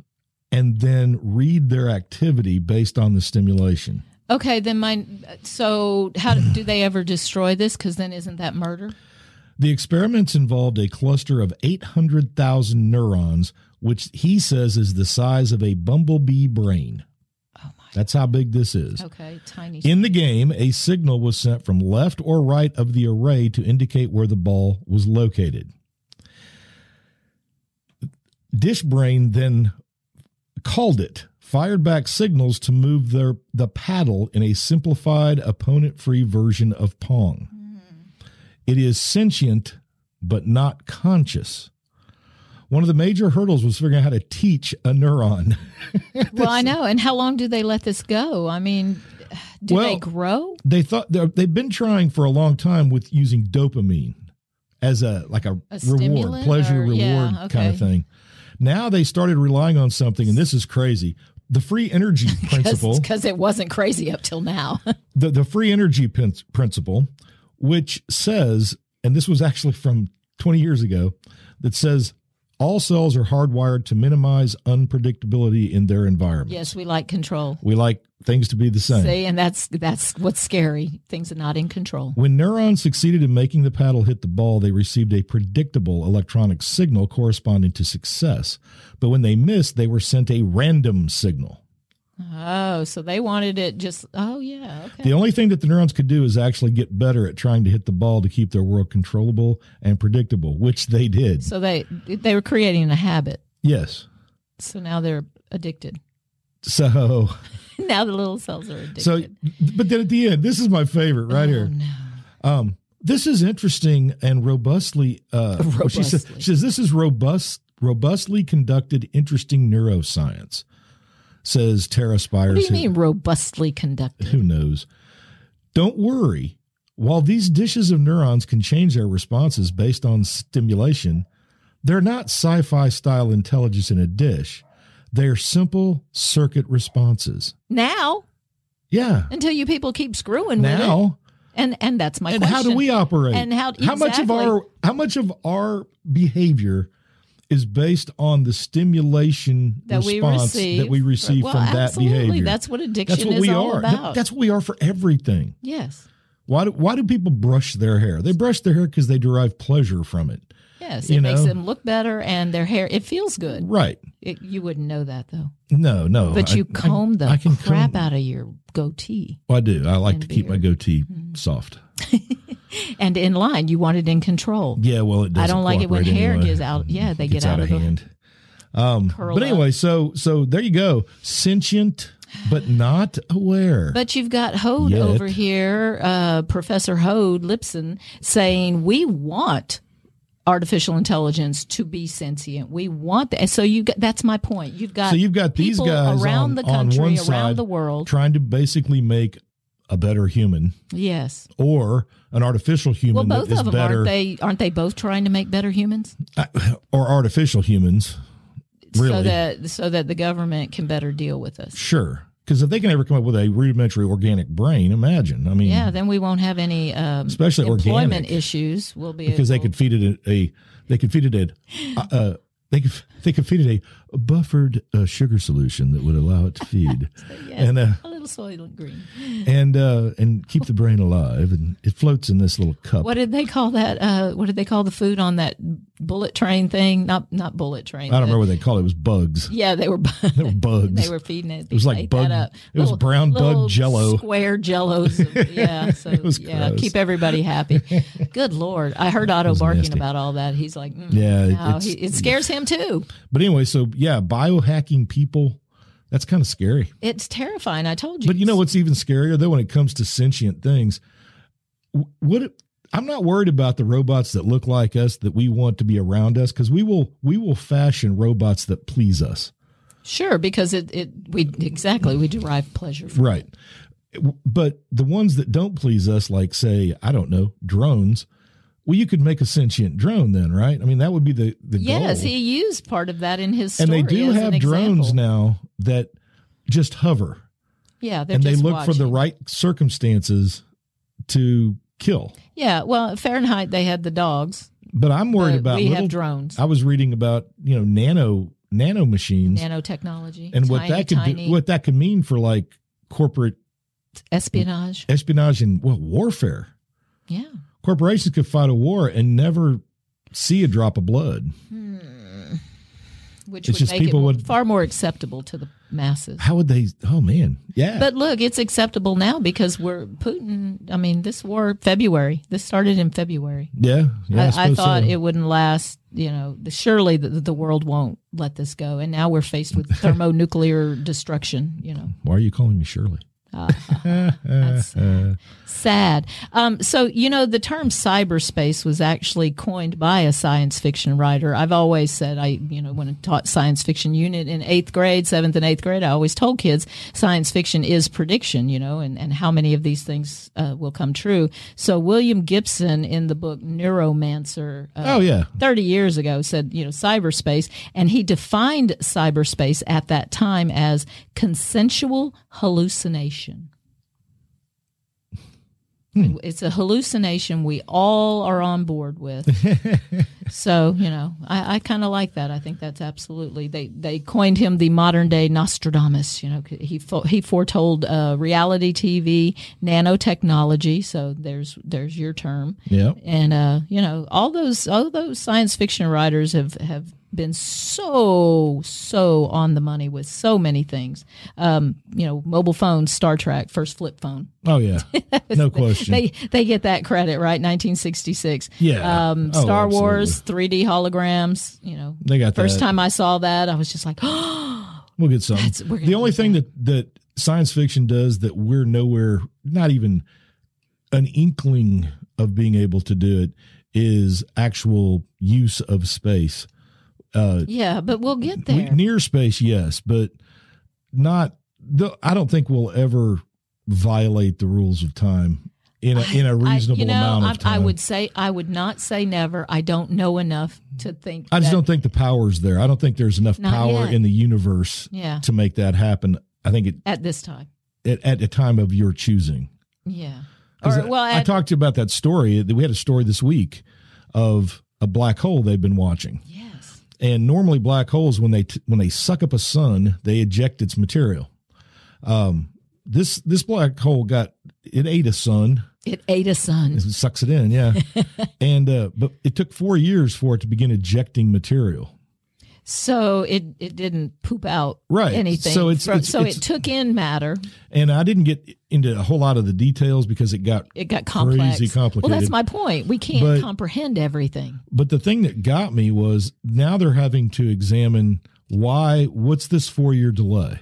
[SPEAKER 1] and then read their activity based on the stimulation.
[SPEAKER 2] okay. Then mine. So how do- do they ever destroy this? Because then isn't that murder?
[SPEAKER 1] The experiments involved a cluster of 800,000 neurons, which he says is the size of a bumblebee brain.
[SPEAKER 2] Oh my.
[SPEAKER 1] That's how big this is.
[SPEAKER 2] Okay, tiny.
[SPEAKER 1] In the game, a signal was sent from left or right of the array to indicate where the ball was located. Dishbrain then called it, fired back signals to move their the paddle in a simplified opponent-free version of Pong. It is sentient but not conscious. One of the major hurdles was figuring out how to teach a neuron.
[SPEAKER 2] Well, I know. And how long do they let this go? I mean, do
[SPEAKER 1] Well-
[SPEAKER 2] they grow?
[SPEAKER 1] they thought they're- they've been trying for a long time with using dopamine as a like a,
[SPEAKER 2] A
[SPEAKER 1] reward,
[SPEAKER 2] stimulant
[SPEAKER 1] pleasure
[SPEAKER 2] or-
[SPEAKER 1] reward
[SPEAKER 2] yeah,
[SPEAKER 1] kind
[SPEAKER 2] okay.
[SPEAKER 1] of thing. Now they started relying on something, and this is crazy. The free energy principle,
[SPEAKER 2] Because it wasn't crazy up till now.
[SPEAKER 1] the, the free energy pin- principle, which says, and this was actually from 20 years ago, that says all cells are hardwired to minimize unpredictability in their environment.
[SPEAKER 2] yes, we like control.
[SPEAKER 1] We like things to be the same.
[SPEAKER 2] See, and that's that's what's scary. Things are not in control.
[SPEAKER 1] When neurons succeeded in making the paddle hit the ball, they received a predictable electronic signal corresponding to success. But when they missed, they were sent a random signal.
[SPEAKER 2] Oh, so they wanted it just. Oh yeah, okay.
[SPEAKER 1] The only thing that the neurons could do is actually get better at trying to hit the ball to keep their world controllable and predictable, which they did.
[SPEAKER 2] so they they were creating a habit.
[SPEAKER 1] Yes.
[SPEAKER 2] So now they're addicted.
[SPEAKER 1] So,
[SPEAKER 2] now the little cells are addicted.
[SPEAKER 1] so, but then at the end, this is my favorite right
[SPEAKER 2] Oh,
[SPEAKER 1] here.
[SPEAKER 2] no.
[SPEAKER 1] Um, this is interesting and robustly. Uh, well, She, says,
[SPEAKER 2] Robustly.
[SPEAKER 1] she says this is robust, robustly conducted, interesting neuroscience. Says Tara Spires.
[SPEAKER 2] What do you
[SPEAKER 1] who-
[SPEAKER 2] mean robustly conducted?
[SPEAKER 1] Who knows? Don't worry. While these dishes of neurons can change their responses based on stimulation, they're not sci-fi style intelligence in a dish. They're simple circuit responses.
[SPEAKER 2] Now,
[SPEAKER 1] Yeah.
[SPEAKER 2] until you people keep screwing with it,
[SPEAKER 1] Now,
[SPEAKER 2] and and that's my
[SPEAKER 1] and
[SPEAKER 2] question.
[SPEAKER 1] how do we operate?
[SPEAKER 2] And how-
[SPEAKER 1] how much of
[SPEAKER 2] exactly.
[SPEAKER 1] our how much of our behavior is based on the stimulation
[SPEAKER 2] that we
[SPEAKER 1] response
[SPEAKER 2] receive
[SPEAKER 1] that we receive
[SPEAKER 2] Well,
[SPEAKER 1] from
[SPEAKER 2] absolutely.
[SPEAKER 1] that behavior?
[SPEAKER 2] That's what addiction
[SPEAKER 1] That's what
[SPEAKER 2] is
[SPEAKER 1] we
[SPEAKER 2] all
[SPEAKER 1] are. That-
[SPEAKER 2] about.
[SPEAKER 1] that's what we are for everything.
[SPEAKER 2] yes,
[SPEAKER 1] Why do why do people brush their hair? They brush their hair because they derive pleasure from it.
[SPEAKER 2] yes.
[SPEAKER 1] You
[SPEAKER 2] It makes
[SPEAKER 1] know?
[SPEAKER 2] them look better, and their hair it feels good.
[SPEAKER 1] Right.
[SPEAKER 2] It, you wouldn't know that though,
[SPEAKER 1] No, no.
[SPEAKER 2] but
[SPEAKER 1] Oh, I-
[SPEAKER 2] you
[SPEAKER 1] I-
[SPEAKER 2] comb the
[SPEAKER 1] I can
[SPEAKER 2] crap
[SPEAKER 1] comb-
[SPEAKER 2] out of your goatee.
[SPEAKER 1] I do. I like
[SPEAKER 2] and Mm-hmm.
[SPEAKER 1] to keep my goatee soft.
[SPEAKER 2] And in line, you want it in control.
[SPEAKER 1] Yeah, well it does.
[SPEAKER 2] I don't like it when hair gives out. Yeah, they get out,
[SPEAKER 1] out of
[SPEAKER 2] the
[SPEAKER 1] hand.
[SPEAKER 2] curl.
[SPEAKER 1] But
[SPEAKER 2] up.
[SPEAKER 1] anyway, so so there you go. Sentient but not aware.
[SPEAKER 2] But you've got Hode
[SPEAKER 1] Yet.
[SPEAKER 2] over here, uh, Professor Hode Lipson, saying we want artificial intelligence to be sentient. We want that. So you got, that's my point. You've got
[SPEAKER 1] so you've got these
[SPEAKER 2] people
[SPEAKER 1] guys
[SPEAKER 2] around
[SPEAKER 1] on,
[SPEAKER 2] the
[SPEAKER 1] on
[SPEAKER 2] country,
[SPEAKER 1] one
[SPEAKER 2] around
[SPEAKER 1] side
[SPEAKER 2] the world.
[SPEAKER 1] trying to basically make a better human
[SPEAKER 2] Yes.
[SPEAKER 1] or an artificial
[SPEAKER 2] Well,
[SPEAKER 1] human
[SPEAKER 2] both
[SPEAKER 1] that is
[SPEAKER 2] of them
[SPEAKER 1] better
[SPEAKER 2] aren't they? Aren't they both trying to make better humans
[SPEAKER 1] or artificial humans.
[SPEAKER 2] so
[SPEAKER 1] Really.
[SPEAKER 2] that so that the government can better deal with us?
[SPEAKER 1] Sure. Because if they can ever come up with a rudimentary organic brain, imagine. I mean,
[SPEAKER 2] Yeah. Then we won't have any um,
[SPEAKER 1] Especially
[SPEAKER 2] employment
[SPEAKER 1] organic.
[SPEAKER 2] issues. We'll be
[SPEAKER 1] because they
[SPEAKER 2] able-
[SPEAKER 1] could feed it a, a they could feed it a, uh, uh, they could they could feed it a buffered uh, sugar solution that would allow it to feed
[SPEAKER 2] Yes,
[SPEAKER 1] and uh,
[SPEAKER 2] a little soylent green.
[SPEAKER 1] and uh, and keep the brain alive and it floats in this little cup.
[SPEAKER 2] What did they call that? Uh, what did they call the food on that bullet train thing? Not not bullet train.
[SPEAKER 1] I don't
[SPEAKER 2] but-
[SPEAKER 1] remember what they call it. It was bugs.
[SPEAKER 2] Yeah, they were.
[SPEAKER 1] They were bugs.
[SPEAKER 2] they were feeding it. It
[SPEAKER 1] was like bug- it was brown bug jello.
[SPEAKER 2] Square jellos. of- Yeah. So
[SPEAKER 1] was
[SPEAKER 2] yeah,
[SPEAKER 1] gross.
[SPEAKER 2] keep everybody happy. Good lord, I heard Otto barking
[SPEAKER 1] nasty.
[SPEAKER 2] about all that. He's like, mm,
[SPEAKER 1] Yeah, it-
[SPEAKER 2] no,
[SPEAKER 1] it's-
[SPEAKER 2] he, it scares him too.
[SPEAKER 1] But anyway, so yeah, biohacking people. That's kind of scary.
[SPEAKER 2] It's terrifying. I told you.
[SPEAKER 1] But you know what's even scarier though when it comes to sentient things? W- What it- I'm not worried about the robots that look like us that we want to be around us because we will we will fashion robots that please us.
[SPEAKER 2] Sure, because it it we exactly we derive pleasure from.
[SPEAKER 1] Right. W- But the ones that don't please us, like say, I don't know, drones, well, you could make a sentient drone then, right? I mean, that would be the, the goal.
[SPEAKER 2] Yes, he used part of that in his
[SPEAKER 1] and
[SPEAKER 2] story.
[SPEAKER 1] they do
[SPEAKER 2] as an
[SPEAKER 1] have drones
[SPEAKER 2] example.
[SPEAKER 1] now that just hover
[SPEAKER 2] Yeah, they're
[SPEAKER 1] and they
[SPEAKER 2] just
[SPEAKER 1] look for the
[SPEAKER 2] watching.
[SPEAKER 1] right circumstances to kill.
[SPEAKER 2] Yeah, well, Fahrenheit they had the dogs.
[SPEAKER 1] But I'm worried
[SPEAKER 2] but
[SPEAKER 1] about
[SPEAKER 2] we
[SPEAKER 1] little
[SPEAKER 2] have drones,
[SPEAKER 1] I was reading about you know nano nano machines
[SPEAKER 2] nanotechnology,
[SPEAKER 1] and what
[SPEAKER 2] tiny,
[SPEAKER 1] that could
[SPEAKER 2] tiny
[SPEAKER 1] do, what that could mean for like corporate
[SPEAKER 2] espionage.
[SPEAKER 1] espionage and well warfare.
[SPEAKER 2] Yeah,
[SPEAKER 1] Corporations could fight a war and never see a drop of blood.
[SPEAKER 2] which
[SPEAKER 1] It's
[SPEAKER 2] would
[SPEAKER 1] just
[SPEAKER 2] make
[SPEAKER 1] people
[SPEAKER 2] it
[SPEAKER 1] would-
[SPEAKER 2] far more acceptable to the masses.
[SPEAKER 1] How would they? Oh man, yeah.
[SPEAKER 2] But look, it's acceptable now because we're Putin. I mean, this war, February, this started in February.
[SPEAKER 1] yeah, yeah.
[SPEAKER 2] I, I
[SPEAKER 1] suppose
[SPEAKER 2] thought
[SPEAKER 1] so.
[SPEAKER 2] it wouldn't last. You know, the- surely the, the world won't let this go. And now we're faced with thermonuclear destruction, you know.
[SPEAKER 1] Why are you calling me Shirley?
[SPEAKER 2] That's sad. Um, so, you know, the term cyberspace was actually coined by a science fiction writer. I've always said, I, you know, when I taught science fiction unit in eighth grade, seventh and eighth grade, I always told kids science fiction is prediction, you know, and, and how many of these things uh, will come true. So, William Gibson in the book Neuromancer. Uh,
[SPEAKER 1] Oh yeah,
[SPEAKER 2] 30 years ago said, you know, cyberspace. And he defined cyberspace at that time as consensual hallucination. It's a hallucination we all are on board with. so, you know, I, I kind of like that. I think that's absolutely. They they coined him the modern day Nostradamus. You know, he fo- he foretold uh, reality TV, nanotechnology. So there's there's your term
[SPEAKER 1] yeah.
[SPEAKER 2] and uh, you know all those all those science fiction writers have have been so so on the money with so many things. Um, you know, mobile phones, Star Trek, first flip phone.
[SPEAKER 1] Oh yeah, no question.
[SPEAKER 2] They they get that credit right. 1966.
[SPEAKER 1] Yeah.
[SPEAKER 2] Um,
[SPEAKER 1] Oh,
[SPEAKER 2] Star Wars, 3D holograms. You know,
[SPEAKER 1] They got
[SPEAKER 2] first
[SPEAKER 1] that.
[SPEAKER 2] time I saw that, I was just like,
[SPEAKER 1] We'll get some.
[SPEAKER 2] That's- we're gonna
[SPEAKER 1] The only
[SPEAKER 2] get
[SPEAKER 1] thing that that science fiction does that we're nowhere, not even an inkling of being able to do it, is actual use of space. Uh,
[SPEAKER 2] yeah, but we'll get
[SPEAKER 1] we-
[SPEAKER 2] there.
[SPEAKER 1] near space, yes, but not. The, I don't think we'll ever violate the rules of time in a, in a
[SPEAKER 2] I-
[SPEAKER 1] reasonable
[SPEAKER 2] you know,
[SPEAKER 1] amount
[SPEAKER 2] I,
[SPEAKER 1] of time.
[SPEAKER 2] I would say I would not say never. I don't know enough to think.
[SPEAKER 1] I just
[SPEAKER 2] that-
[SPEAKER 1] don't think the power's there. I don't think there's enough
[SPEAKER 2] Not
[SPEAKER 1] power
[SPEAKER 2] yet.
[SPEAKER 1] in the universe
[SPEAKER 2] Yeah,
[SPEAKER 1] to make that happen. I think it,
[SPEAKER 2] at this time.
[SPEAKER 1] it at a time of your choosing.
[SPEAKER 2] Yeah.
[SPEAKER 1] 'Cause
[SPEAKER 2] Or, well,
[SPEAKER 1] I,
[SPEAKER 2] at,
[SPEAKER 1] talked to you about that story. We had a story this week of a black hole they've been watching.
[SPEAKER 2] yes.
[SPEAKER 1] And normally, black holes when they t- when they suck up a sun, they eject its material. Um, this this black hole got it ate a sun.
[SPEAKER 2] It ate a sun.
[SPEAKER 1] It sucks it in, yeah. and uh, but it took four years for it to begin ejecting material.
[SPEAKER 2] So it, it didn't poop out
[SPEAKER 1] Right.
[SPEAKER 2] anything.
[SPEAKER 1] So it's-
[SPEAKER 2] from-
[SPEAKER 1] it's-
[SPEAKER 2] so
[SPEAKER 1] it's-
[SPEAKER 2] it took in matter.
[SPEAKER 1] And I didn't get into a whole lot of the details because it got
[SPEAKER 2] It got complex.
[SPEAKER 1] complicated.
[SPEAKER 2] Well, that's my point. We can't
[SPEAKER 1] But-
[SPEAKER 2] comprehend everything.
[SPEAKER 1] But the thing that got me was now they're having to examine why, what's this four year delay?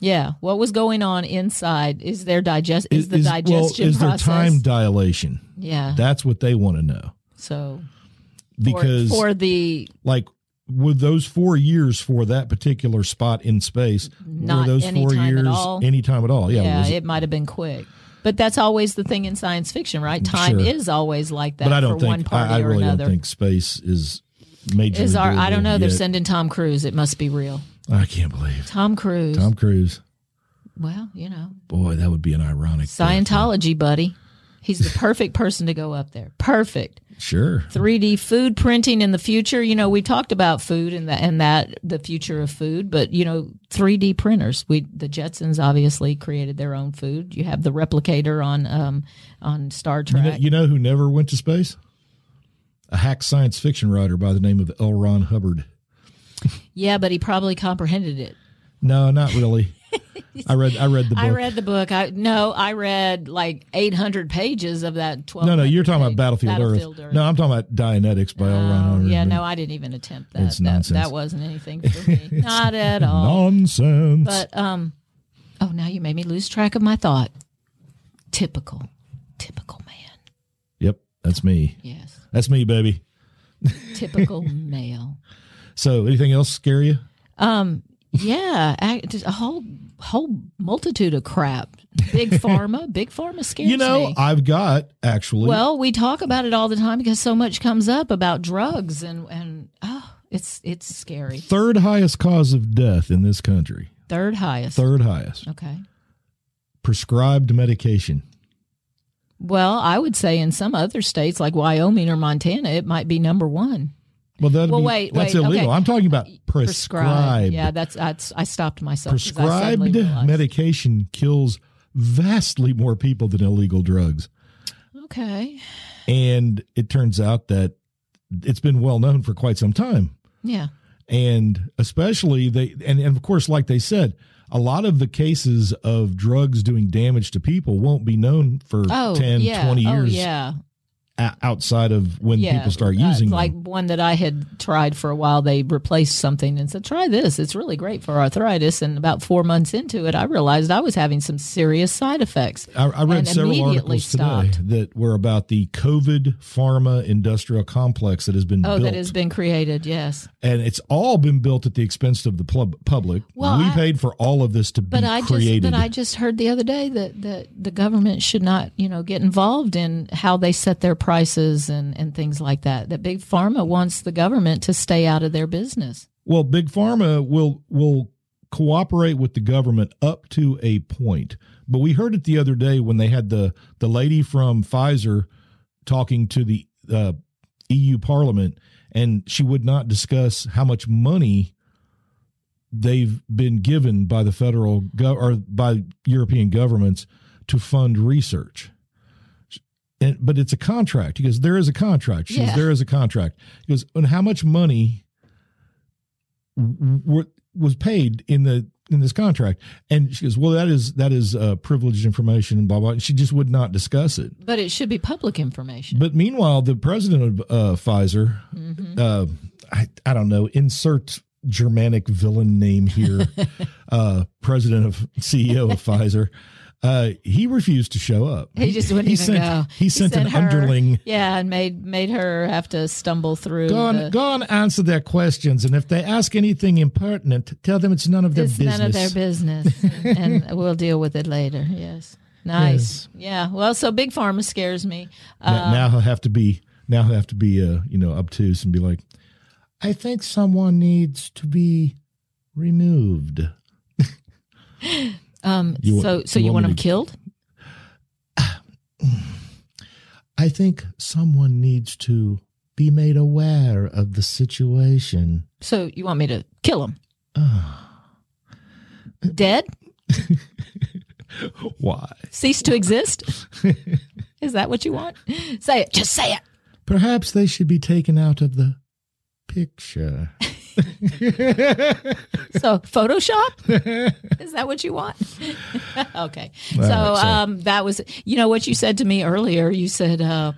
[SPEAKER 2] Yeah. What was going on inside? Is there digest? Is, the
[SPEAKER 1] well,
[SPEAKER 2] digestion
[SPEAKER 1] is
[SPEAKER 2] process?
[SPEAKER 1] there time dilation?
[SPEAKER 2] yeah.
[SPEAKER 1] That's what they want to know.
[SPEAKER 2] so for-
[SPEAKER 1] Because,
[SPEAKER 2] for the
[SPEAKER 1] like, with those four years for that particular spot in space,
[SPEAKER 2] Not
[SPEAKER 1] were those
[SPEAKER 2] any
[SPEAKER 1] four
[SPEAKER 2] time at
[SPEAKER 1] years
[SPEAKER 2] all?
[SPEAKER 1] any time at all? Yeah,
[SPEAKER 2] yeah,
[SPEAKER 1] was
[SPEAKER 2] it,
[SPEAKER 1] it-
[SPEAKER 2] might have been quick. But that's always the thing in science fiction, right? Time
[SPEAKER 1] Sure.
[SPEAKER 2] is always like that
[SPEAKER 1] but I
[SPEAKER 2] for
[SPEAKER 1] don't
[SPEAKER 2] one
[SPEAKER 1] think
[SPEAKER 2] party
[SPEAKER 1] I, I
[SPEAKER 2] or
[SPEAKER 1] really
[SPEAKER 2] another.
[SPEAKER 1] don't think space is major.
[SPEAKER 2] is our I don't know, they're
[SPEAKER 1] Yet.
[SPEAKER 2] sending Tom Cruise. It must be real.
[SPEAKER 1] I can't believe
[SPEAKER 2] Tom Cruise.
[SPEAKER 1] Tom Cruise.
[SPEAKER 2] Well, you know,
[SPEAKER 1] Boy, that would be an ironic
[SPEAKER 2] Scientology, buddy. He's the perfect person to go up there. Perfect.
[SPEAKER 1] Sure,
[SPEAKER 2] 3D food printing in the future. You know, we talked about food and that and that the future of food, but you know, 3D printers. We the Jetsons obviously created their own food. You have the replicator on um on Star Trek.
[SPEAKER 1] You know, you know who never went to space? A hack science fiction writer by the name of L. Ron Hubbard.
[SPEAKER 2] yeah, but he probably comprehended it.
[SPEAKER 1] No, not really. I read I read the book.
[SPEAKER 2] I read the book. I no, I read like 800 pages of that 12
[SPEAKER 1] no, no, you're talking about Battlefield,
[SPEAKER 2] Battlefield
[SPEAKER 1] Earth.
[SPEAKER 2] Earth.
[SPEAKER 1] No, I'm talking about Dianetics by L. Ron
[SPEAKER 2] Oh,
[SPEAKER 1] Hubbard.
[SPEAKER 2] yeah, no, I didn't even attempt that.
[SPEAKER 1] It's
[SPEAKER 2] that,
[SPEAKER 1] nonsense.
[SPEAKER 2] that wasn't anything for me. Not at all.
[SPEAKER 1] Nonsense.
[SPEAKER 2] Um, But um oh now you made me lose track of my thought. Typical. Typical man.
[SPEAKER 1] yep, that's me.
[SPEAKER 2] Yes.
[SPEAKER 1] That's me, baby.
[SPEAKER 2] Typical male. Um,
[SPEAKER 1] So, anything else scare you?
[SPEAKER 2] Yeah, I, just a whole whole multitude of crap. Big pharma, big pharma scares
[SPEAKER 1] You know,
[SPEAKER 2] me.
[SPEAKER 1] I've got actually.
[SPEAKER 2] Well, we talk about it all the time because so much comes up about drugs and and oh, it's it's scary.
[SPEAKER 1] third highest cause of death in this country.
[SPEAKER 2] Third highest.
[SPEAKER 1] Third highest
[SPEAKER 2] Okay.
[SPEAKER 1] prescribed medication.
[SPEAKER 2] Well, I would say in some other states like Wyoming or Montana, it might be number one.
[SPEAKER 1] Well, that
[SPEAKER 2] Well,
[SPEAKER 1] be,
[SPEAKER 2] wait,
[SPEAKER 1] that's
[SPEAKER 2] wait,
[SPEAKER 1] illegal.
[SPEAKER 2] okay. Uh,
[SPEAKER 1] I'm talking about prescribed.
[SPEAKER 2] Yeah, that's that's I stopped myself. 'cause I suddenly
[SPEAKER 1] prescribed
[SPEAKER 2] realized.
[SPEAKER 1] medication kills vastly more people than illegal drugs.
[SPEAKER 2] Okay.
[SPEAKER 1] And it turns out that it's been well known for quite some time.
[SPEAKER 2] Yeah.
[SPEAKER 1] And especially they and, and of course, like they said, a lot of the cases of drugs doing damage to people won't be known for
[SPEAKER 2] Oh,
[SPEAKER 1] 10,
[SPEAKER 2] yeah.
[SPEAKER 1] 20 years
[SPEAKER 2] Oh, yeah.
[SPEAKER 1] o- outside of when
[SPEAKER 2] yeah.
[SPEAKER 1] people start
[SPEAKER 2] Uh,
[SPEAKER 1] using
[SPEAKER 2] like
[SPEAKER 1] them.
[SPEAKER 2] one that I had tried for a while. They replaced something and said, "Try this. It's really great for arthritis." And about four months into it, I realized I was having some serious side effects.
[SPEAKER 1] I, I read
[SPEAKER 2] and
[SPEAKER 1] several
[SPEAKER 2] immediately
[SPEAKER 1] articles today
[SPEAKER 2] stopped.
[SPEAKER 1] that were about the COVID pharma industrial complex that has been
[SPEAKER 2] Oh,
[SPEAKER 1] built.
[SPEAKER 2] that has been created. Yes.
[SPEAKER 1] and it's all been built at the expense of the plub- public.
[SPEAKER 2] Well,
[SPEAKER 1] we
[SPEAKER 2] I-
[SPEAKER 1] paid for all of this to
[SPEAKER 2] But
[SPEAKER 1] be
[SPEAKER 2] I
[SPEAKER 1] created.
[SPEAKER 2] just but I just heard the other day that, that the government should not, you know, get involved in how they set their prices and, and things like that. That big pharma wants the government to stay out of their business.
[SPEAKER 1] Well, big pharma will will cooperate with the government up to a point. But we heard it the other day when they had the the lady from Pfizer talking to the uh, EU Parliament, and she would not discuss how much money they've been given by the federal gov or by European governments to fund research. And, but it's a contract. He goes, there is a contract. She goes,
[SPEAKER 2] Yeah.
[SPEAKER 1] there is a contract. He goes, and how much money w- w- was paid in the in this contract? And she goes, well, that is that is uh, privileged information and blah blah. And she just would not discuss it.
[SPEAKER 2] But it should be public information. Mm-hmm.
[SPEAKER 1] But meanwhile, the president of uh, Pfizer, uh, I, I don't know, insert Germanic villain name here, uh, president of CEO of Pfizer, uh, he refused to show up.
[SPEAKER 2] He just wouldn't even
[SPEAKER 1] sent,
[SPEAKER 2] go.
[SPEAKER 1] He sent an
[SPEAKER 2] her-
[SPEAKER 1] underling.
[SPEAKER 2] Yeah, and made made her have to stumble through.
[SPEAKER 1] Go on,
[SPEAKER 2] the-
[SPEAKER 1] go on, answer their questions, and if they ask anything impertinent, tell them it's none of their
[SPEAKER 2] it's
[SPEAKER 1] business.
[SPEAKER 2] none of their business, and, and we'll deal with it later. Yes, nice. Yeah. Well, so big pharma scares me.
[SPEAKER 1] Now-
[SPEAKER 2] uh,
[SPEAKER 1] now he'll have to be now he'll have to be uh, you know obtuse and be like, I think someone needs to be removed.
[SPEAKER 2] Um.
[SPEAKER 1] You want-
[SPEAKER 2] so so
[SPEAKER 1] you
[SPEAKER 2] you
[SPEAKER 1] want
[SPEAKER 2] want
[SPEAKER 1] me to-
[SPEAKER 2] them killed?
[SPEAKER 1] I think someone needs to be made aware of the situation.
[SPEAKER 2] So you want me to kill him?
[SPEAKER 1] Ah,
[SPEAKER 2] Dead?
[SPEAKER 1] why?
[SPEAKER 2] Cease to exist? Is that what you want? Say it. Just say it.
[SPEAKER 1] Perhaps they should be taken out of the picture.
[SPEAKER 2] So Photoshop? Is that what you want? okay. So,
[SPEAKER 1] right, so-
[SPEAKER 2] um, that was you know what you said to me earlier. You said uh,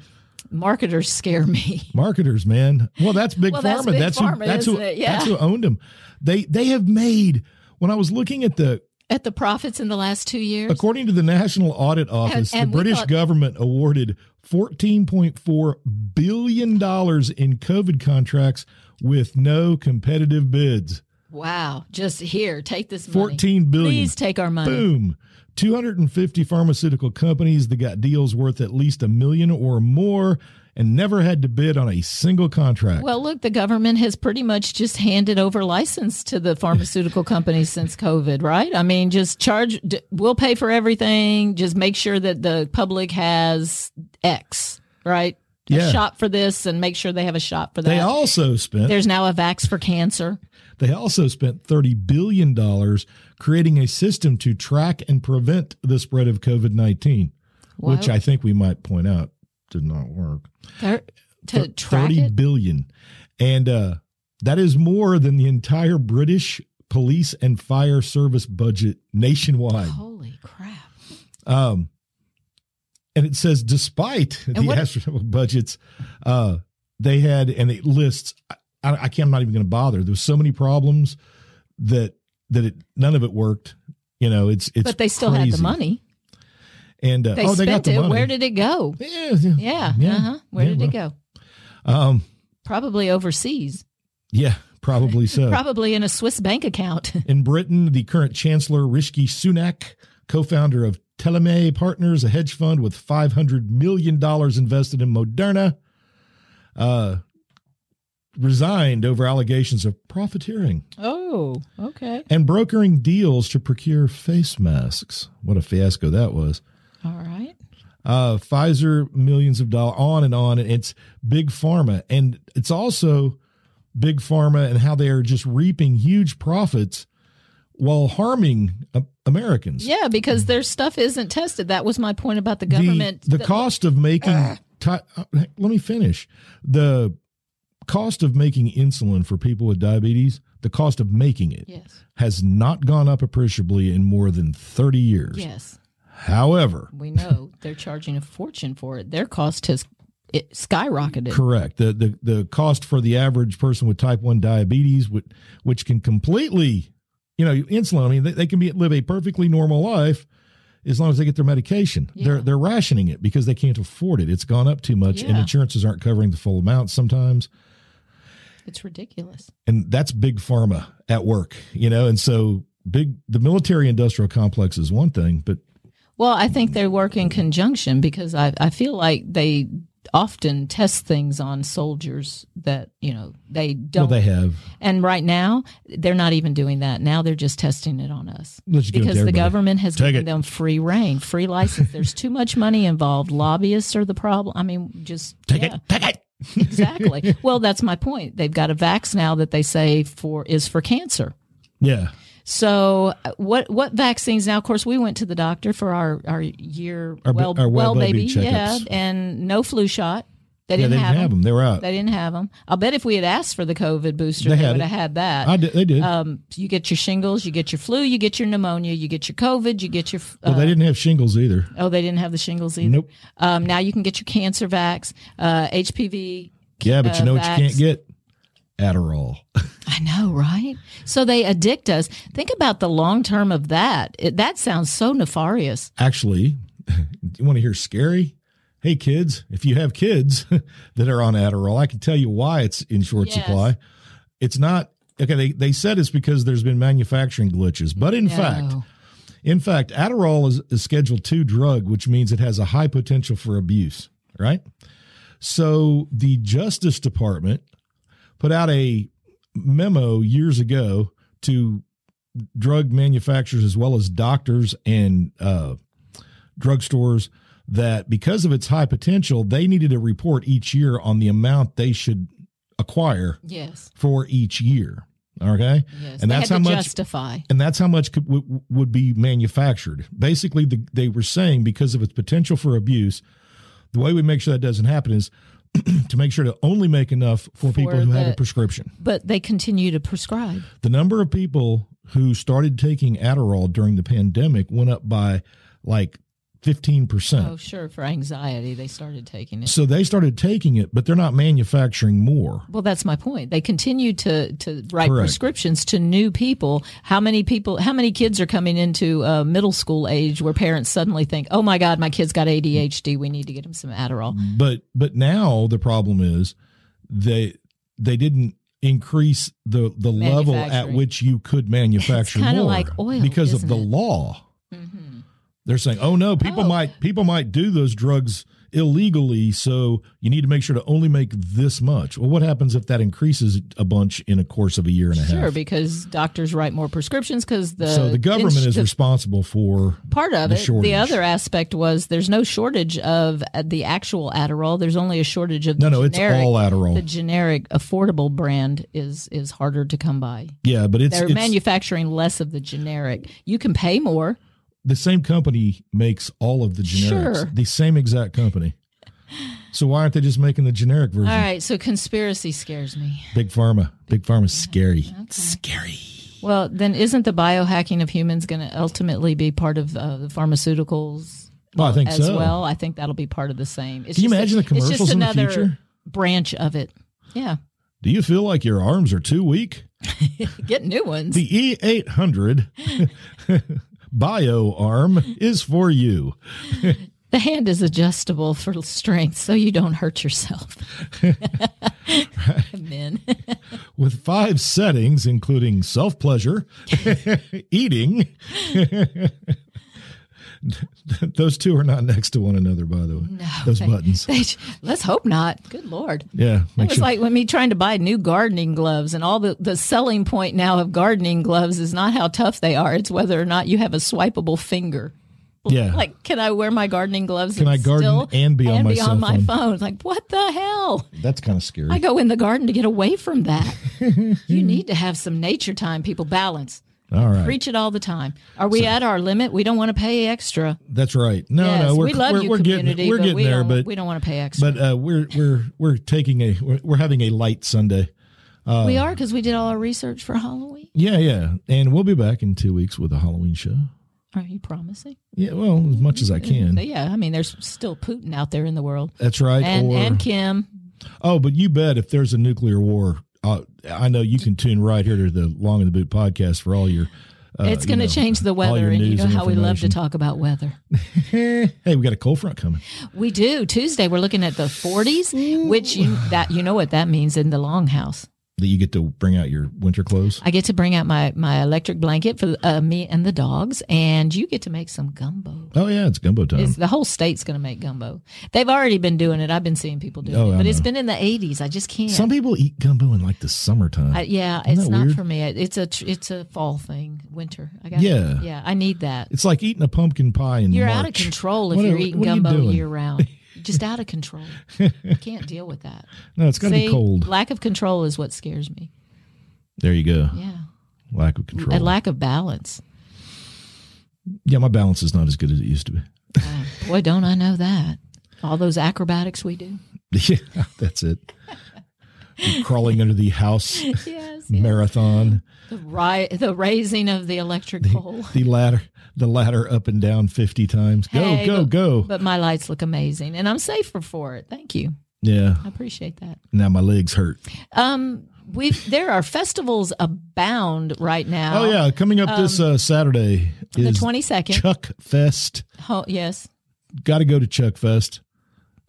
[SPEAKER 2] marketers scare me.
[SPEAKER 1] Marketers, man. Well, that's big
[SPEAKER 2] Well,
[SPEAKER 1] pharma.
[SPEAKER 2] that's Big
[SPEAKER 1] who.
[SPEAKER 2] Pharma,
[SPEAKER 1] that's who.
[SPEAKER 2] isn't it? Yeah.
[SPEAKER 1] That's who owned them. They they have made. When I was looking at the
[SPEAKER 2] At the profits in the last two years.
[SPEAKER 1] According to the National Audit Office,
[SPEAKER 2] and
[SPEAKER 1] the
[SPEAKER 2] we
[SPEAKER 1] British
[SPEAKER 2] thought-
[SPEAKER 1] government awarded $14.4 billion in COVID contracts with no competitive bids.
[SPEAKER 2] Wow. Just here, take this money.
[SPEAKER 1] 14 billion.
[SPEAKER 2] Please take our money.
[SPEAKER 1] Boom. 250 pharmaceutical companies that got deals worth at least a million or more and never had to bid on a single contract.
[SPEAKER 2] Well, look, the government has pretty much just handed over license to the pharmaceutical companies since COVID, right? I mean, just charge, d- we'll pay for everything. Just make sure that the public has X, right?
[SPEAKER 1] Yeah.
[SPEAKER 2] A shot for this and make sure they have a shot for that.
[SPEAKER 1] they also spent
[SPEAKER 2] There's now a vax for cancer.
[SPEAKER 1] They also spent $30 billion creating a system to track and prevent the spread of COVID 19,
[SPEAKER 2] Why-
[SPEAKER 1] which I think we might point out did not work.
[SPEAKER 2] Thir- to track
[SPEAKER 1] Thirty billion,
[SPEAKER 2] it.
[SPEAKER 1] And uh, that is more than the entire British police and fire service budget nationwide.
[SPEAKER 2] Holy crap.
[SPEAKER 1] Um, and it says, despite the
[SPEAKER 2] what-
[SPEAKER 1] astronomical budgets, uh, they had, and it lists. I, I can't. I'm not even going to bother. There was so many problems that that it none of it worked. You know, it's it's.
[SPEAKER 2] But they still had
[SPEAKER 1] crazy.
[SPEAKER 2] the money.
[SPEAKER 1] And uh,
[SPEAKER 2] They
[SPEAKER 1] oh, they got
[SPEAKER 2] spent
[SPEAKER 1] the
[SPEAKER 2] it.
[SPEAKER 1] money.
[SPEAKER 2] Where did it go?
[SPEAKER 1] yeah, yeah,
[SPEAKER 2] Yeah. Uh-huh. Where
[SPEAKER 1] Yeah,
[SPEAKER 2] did it go?
[SPEAKER 1] well, Um,
[SPEAKER 2] Probably overseas.
[SPEAKER 1] yeah, probably so.
[SPEAKER 2] Probably in a Swiss bank account.
[SPEAKER 1] In Britain, the current Chancellor Rishi Sunak, co-founder of Teleme Partners, a hedge fund with 500 million dollars invested in Moderna, uh, resigned over allegations of profiteering
[SPEAKER 2] oh, okay.
[SPEAKER 1] and brokering deals to procure face masks. What a fiasco that was!
[SPEAKER 2] All right.
[SPEAKER 1] uh, Pfizer millions of dollars, on and on. And it's big pharma, and it's also big pharma and how they are just reaping huge profits while harming uh, Americans.
[SPEAKER 2] Yeah, because their stuff isn't tested. That was my point about the
[SPEAKER 1] The-
[SPEAKER 2] government.
[SPEAKER 1] the, cost of making. ti- uh, let me finish. The cost of making insulin for people with diabetes. the cost of making it
[SPEAKER 2] Yes.
[SPEAKER 1] has not gone up appreciably in more than 30 years.
[SPEAKER 2] Yes.
[SPEAKER 1] However,
[SPEAKER 2] We know they're charging a fortune for it. Their cost has it skyrocketed.
[SPEAKER 1] correct. The, the the cost for the average person with type 1 diabetes which, which can completely, you know, insulin, I mean they, they can be live a perfectly normal life as long as they get their medication. They're
[SPEAKER 2] Yeah.
[SPEAKER 1] they're rationing it because they can't afford it. It's gone up too much and
[SPEAKER 2] Yeah.
[SPEAKER 1] insurances aren't covering the full amount sometimes.
[SPEAKER 2] It's ridiculous.
[SPEAKER 1] and that's big pharma at work, you know. And so big the military industrial complex is one thing, but
[SPEAKER 2] Well, I think they work in conjunction because I, I feel like they often test things on soldiers that, you know, they
[SPEAKER 1] well,
[SPEAKER 2] don't.
[SPEAKER 1] they have
[SPEAKER 2] and right now, they're not even doing that. Now they're just testing it on us.
[SPEAKER 1] let's just give it
[SPEAKER 2] because
[SPEAKER 1] to
[SPEAKER 2] the
[SPEAKER 1] everybody.
[SPEAKER 2] government has
[SPEAKER 1] Take
[SPEAKER 2] given
[SPEAKER 1] it.
[SPEAKER 2] them free reign, free license. There's too much money involved. Lobbyists are the problem. I mean, just
[SPEAKER 1] Take
[SPEAKER 2] yeah,
[SPEAKER 1] it, take it.
[SPEAKER 2] exactly. well, that's my point. They've got a vax now that they say for is for cancer.
[SPEAKER 1] Yeah,
[SPEAKER 2] So uh, what what vaccines now? Of course, we went to the doctor for our our year
[SPEAKER 1] Our ba-
[SPEAKER 2] well
[SPEAKER 1] our well
[SPEAKER 2] well
[SPEAKER 1] baby
[SPEAKER 2] baby, yeah,
[SPEAKER 1] checkups.
[SPEAKER 2] and no flu shot. They
[SPEAKER 1] yeah,
[SPEAKER 2] didn't,
[SPEAKER 1] they didn't
[SPEAKER 2] have,
[SPEAKER 1] have
[SPEAKER 2] them.
[SPEAKER 1] them. They were out.
[SPEAKER 2] They didn't have them. I'll bet if we had asked for the COVID booster,
[SPEAKER 1] They
[SPEAKER 2] they,
[SPEAKER 1] had
[SPEAKER 2] would
[SPEAKER 1] it.
[SPEAKER 2] have had that
[SPEAKER 1] I did, they did.
[SPEAKER 2] um, you get your shingles, you get your flu, you get your pneumonia, you get your COVID, you get your. Uh,
[SPEAKER 1] well, they didn't have shingles either.
[SPEAKER 2] oh, they didn't have the shingles either.
[SPEAKER 1] Nope.
[SPEAKER 2] Um, now you can get your cancer vax, uh, HPV.
[SPEAKER 1] Yeah, but you
[SPEAKER 2] uh,
[SPEAKER 1] know what you can't
[SPEAKER 2] vax.
[SPEAKER 1] get? Adderall.
[SPEAKER 2] I know, right? So they addict us. Think about the long term of that. It, that sounds so nefarious.
[SPEAKER 1] Actually, you want to hear scary? Hey kids, if you have kids that are on Adderall, I can tell you why it's in short
[SPEAKER 2] Yes.
[SPEAKER 1] supply. It's not okay. They they said it's because there's been manufacturing glitches, but in fact,
[SPEAKER 2] No.
[SPEAKER 1] In fact, Adderall is a Schedule II drug, which means it has a high potential for abuse, right? So the Justice Department put out a memo years ago to drug manufacturers as well as doctors and uh, drugstores that because of its high potential, they needed a report each year on the amount they should acquire
[SPEAKER 2] yes,
[SPEAKER 1] for each year. Okay.
[SPEAKER 2] yes,
[SPEAKER 1] And
[SPEAKER 2] they
[SPEAKER 1] that's
[SPEAKER 2] had
[SPEAKER 1] how
[SPEAKER 2] to
[SPEAKER 1] much-
[SPEAKER 2] justify.
[SPEAKER 1] And that's how much could, w- would be manufactured. Basically, the, they were saying because of its potential for abuse, the way we make sure that doesn't happen is to make sure to only make enough for,
[SPEAKER 2] For
[SPEAKER 1] people who have a
[SPEAKER 2] the-
[SPEAKER 1] prescription.
[SPEAKER 2] But they continue to prescribe.
[SPEAKER 1] The number of people who started taking Adderall during the pandemic went up by like 15%.
[SPEAKER 2] Oh, sure, for anxiety, they started taking it.
[SPEAKER 1] So they started taking it, but they're not manufacturing more.
[SPEAKER 2] Well, that's my point. They continue to to write
[SPEAKER 1] Correct.
[SPEAKER 2] prescriptions to new people. How many people? How many kids are coming into uh, middle school age where parents suddenly think, "Oh my God, my kid's got ADHD. We need to get him some Adderall."
[SPEAKER 1] but but now the problem is they they didn't increase the the level at
[SPEAKER 2] Manufacturing.
[SPEAKER 1] which you could manufacture
[SPEAKER 2] It's kinda
[SPEAKER 1] more
[SPEAKER 2] like oil,
[SPEAKER 1] because of
[SPEAKER 2] isn't
[SPEAKER 1] the
[SPEAKER 2] it? Mm-hmm.
[SPEAKER 1] law they're saying oh no people
[SPEAKER 2] Oh.
[SPEAKER 1] might people might do those drugs illegally so you need to make sure to only make this much well what happens if that increases a bunch in a course of a year and a
[SPEAKER 2] Sure,
[SPEAKER 1] half
[SPEAKER 2] because doctors write more prescriptions because the
[SPEAKER 1] so the government
[SPEAKER 2] ins-
[SPEAKER 1] is
[SPEAKER 2] the
[SPEAKER 1] responsible for
[SPEAKER 2] part of
[SPEAKER 1] the
[SPEAKER 2] it.
[SPEAKER 1] shortage.
[SPEAKER 2] The other aspect was there's no shortage of uh, the actual Adderall. There's only a shortage of
[SPEAKER 1] no
[SPEAKER 2] the
[SPEAKER 1] no it's
[SPEAKER 2] generic.
[SPEAKER 1] all Adderall
[SPEAKER 2] the generic affordable brand is is harder to come by.
[SPEAKER 1] yeah but it's,
[SPEAKER 2] They're
[SPEAKER 1] it's
[SPEAKER 2] manufacturing less of the generic. You can pay more.
[SPEAKER 1] the same company makes all of the generics.
[SPEAKER 2] Sure.
[SPEAKER 1] The same exact company. So why aren't they just making the generic version?
[SPEAKER 2] All right, so conspiracy scares me.
[SPEAKER 1] Big pharma. Big pharma's scary. Scary.
[SPEAKER 2] Well, then isn't the biohacking of humans going to ultimately be part of uh, the pharmaceuticals
[SPEAKER 1] Well, I think
[SPEAKER 2] as
[SPEAKER 1] so.
[SPEAKER 2] well? I think that'll be part of the same. It's
[SPEAKER 1] Can you
[SPEAKER 2] just a-
[SPEAKER 1] imagine the
[SPEAKER 2] it's just
[SPEAKER 1] commercials in the
[SPEAKER 2] another
[SPEAKER 1] future?
[SPEAKER 2] Branch of it. Yeah,
[SPEAKER 1] Do you feel like your arms are too weak?
[SPEAKER 2] get new ones.
[SPEAKER 1] The E800 bio arm is for you.
[SPEAKER 2] the hand is adjustable for strength, so you don't hurt yourself. Men.
[SPEAKER 1] With five settings, including self pleasure, eating. Those two are not next to one another, by the way.
[SPEAKER 2] No,
[SPEAKER 1] Those
[SPEAKER 2] they-
[SPEAKER 1] buttons.
[SPEAKER 2] they- let's hope not. Good lord.
[SPEAKER 1] Yeah.
[SPEAKER 2] It was like when me trying to buy new gardening gloves, and all the, the selling point now of gardening gloves is not how tough they are, it's whether or not you have a swipeable finger.
[SPEAKER 1] yeah.
[SPEAKER 2] Like, can I wear my gardening gloves?
[SPEAKER 1] Can
[SPEAKER 2] and
[SPEAKER 1] I garden
[SPEAKER 2] still-
[SPEAKER 1] and be on my cell
[SPEAKER 2] my
[SPEAKER 1] phone?
[SPEAKER 2] phone? It's Like, what the hell?
[SPEAKER 1] That's kind of scary.
[SPEAKER 2] I go in the garden to get away from that. you need to have some nature time, people. Balance.
[SPEAKER 1] All right.
[SPEAKER 2] Preach it all the time. Are we at our limit? We don't want to pay extra.
[SPEAKER 1] That's right. No,
[SPEAKER 2] yes,
[SPEAKER 1] no, we're,
[SPEAKER 2] we love
[SPEAKER 1] we're,
[SPEAKER 2] you,
[SPEAKER 1] we're
[SPEAKER 2] community,
[SPEAKER 1] getting we're
[SPEAKER 2] but
[SPEAKER 1] getting
[SPEAKER 2] we
[SPEAKER 1] there,
[SPEAKER 2] don't,
[SPEAKER 1] but
[SPEAKER 2] we don't want to pay extra.
[SPEAKER 1] but uh, we're we're we're taking a we're, we're having a light Sunday.
[SPEAKER 2] we are because we did all our research for Halloween.
[SPEAKER 1] Yeah, yeah. And we'll be back in two weeks with a Halloween show.
[SPEAKER 2] Are you promising?
[SPEAKER 1] Yeah, well, as much as I
[SPEAKER 2] But
[SPEAKER 1] can.
[SPEAKER 2] yeah, I mean, there's still Putin out there in the world,
[SPEAKER 1] That's right.
[SPEAKER 2] and
[SPEAKER 1] or
[SPEAKER 2] and Kim.
[SPEAKER 1] oh, but you bet if there's a nuclear war, uh, I know you can tune right here to the Long in the Boot podcast for all your. Uh,
[SPEAKER 2] it's going to
[SPEAKER 1] you know,
[SPEAKER 2] change the
[SPEAKER 1] all
[SPEAKER 2] weather,
[SPEAKER 1] your
[SPEAKER 2] and you
[SPEAKER 1] news
[SPEAKER 2] know how we love to
[SPEAKER 1] information.
[SPEAKER 2] talk about weather.
[SPEAKER 1] hey, we got a cold front coming.
[SPEAKER 2] We do Tuesday. We're looking at the 40s, which you that you know what that means in the longhouse.
[SPEAKER 1] That you get to bring out your winter clothes.
[SPEAKER 2] I get to bring out my my electric blanket for uh, me and the dogs, and you get to make some gumbo.
[SPEAKER 1] Oh yeah, it's gumbo time.
[SPEAKER 2] It's, the whole state's going to make gumbo. They've already been doing it. I've been seeing people doing
[SPEAKER 1] Oh,
[SPEAKER 2] it,
[SPEAKER 1] I
[SPEAKER 2] but it's
[SPEAKER 1] know.
[SPEAKER 2] been in the 80s. I just can't.
[SPEAKER 1] Some people eat gumbo in like the summertime.
[SPEAKER 2] I, yeah,
[SPEAKER 1] Isn't
[SPEAKER 2] it's
[SPEAKER 1] that
[SPEAKER 2] not
[SPEAKER 1] weird?
[SPEAKER 2] for me. It- It's a tr- it's a fall thing. Winter. I got
[SPEAKER 1] Yeah.
[SPEAKER 2] yeah. I need that.
[SPEAKER 1] it's like eating a pumpkin pie in
[SPEAKER 2] You're
[SPEAKER 1] March.
[SPEAKER 2] out of control if
[SPEAKER 1] What are-
[SPEAKER 2] you're eating
[SPEAKER 1] what are you
[SPEAKER 2] gumbo
[SPEAKER 1] doing?
[SPEAKER 2] year round. Just out of control. I can't deal with that.
[SPEAKER 1] No, it's got to be
[SPEAKER 2] See,
[SPEAKER 1] cold.
[SPEAKER 2] Lack of control is what scares me.
[SPEAKER 1] There you go.
[SPEAKER 2] Yeah.
[SPEAKER 1] Lack of
[SPEAKER 2] A
[SPEAKER 1] control.
[SPEAKER 2] lack of balance.
[SPEAKER 1] yeah, my balance is not as good as it used to be.
[SPEAKER 2] Uh, boy, don't I know that. All those acrobatics we do.
[SPEAKER 1] Yeah, that's it. You're crawling under the house
[SPEAKER 2] Yes.
[SPEAKER 1] marathon,
[SPEAKER 2] The, ri- the raising of the electric pole.
[SPEAKER 1] the ladder, the ladder up and down fifty times. Go,
[SPEAKER 2] Hey,
[SPEAKER 1] go,
[SPEAKER 2] but-
[SPEAKER 1] go!
[SPEAKER 2] But my lights look amazing and I'm safer for it. Thank you.
[SPEAKER 1] yeah.
[SPEAKER 2] I appreciate that.
[SPEAKER 1] Now my legs hurt.
[SPEAKER 2] Um, we there are festivals abound right now.
[SPEAKER 1] Oh yeah, coming up this uh, Saturday
[SPEAKER 2] Um, The
[SPEAKER 1] is
[SPEAKER 2] twenty second.
[SPEAKER 1] Chuck Fest.
[SPEAKER 2] Oh, yes.
[SPEAKER 1] Got to go to Chuck Fest.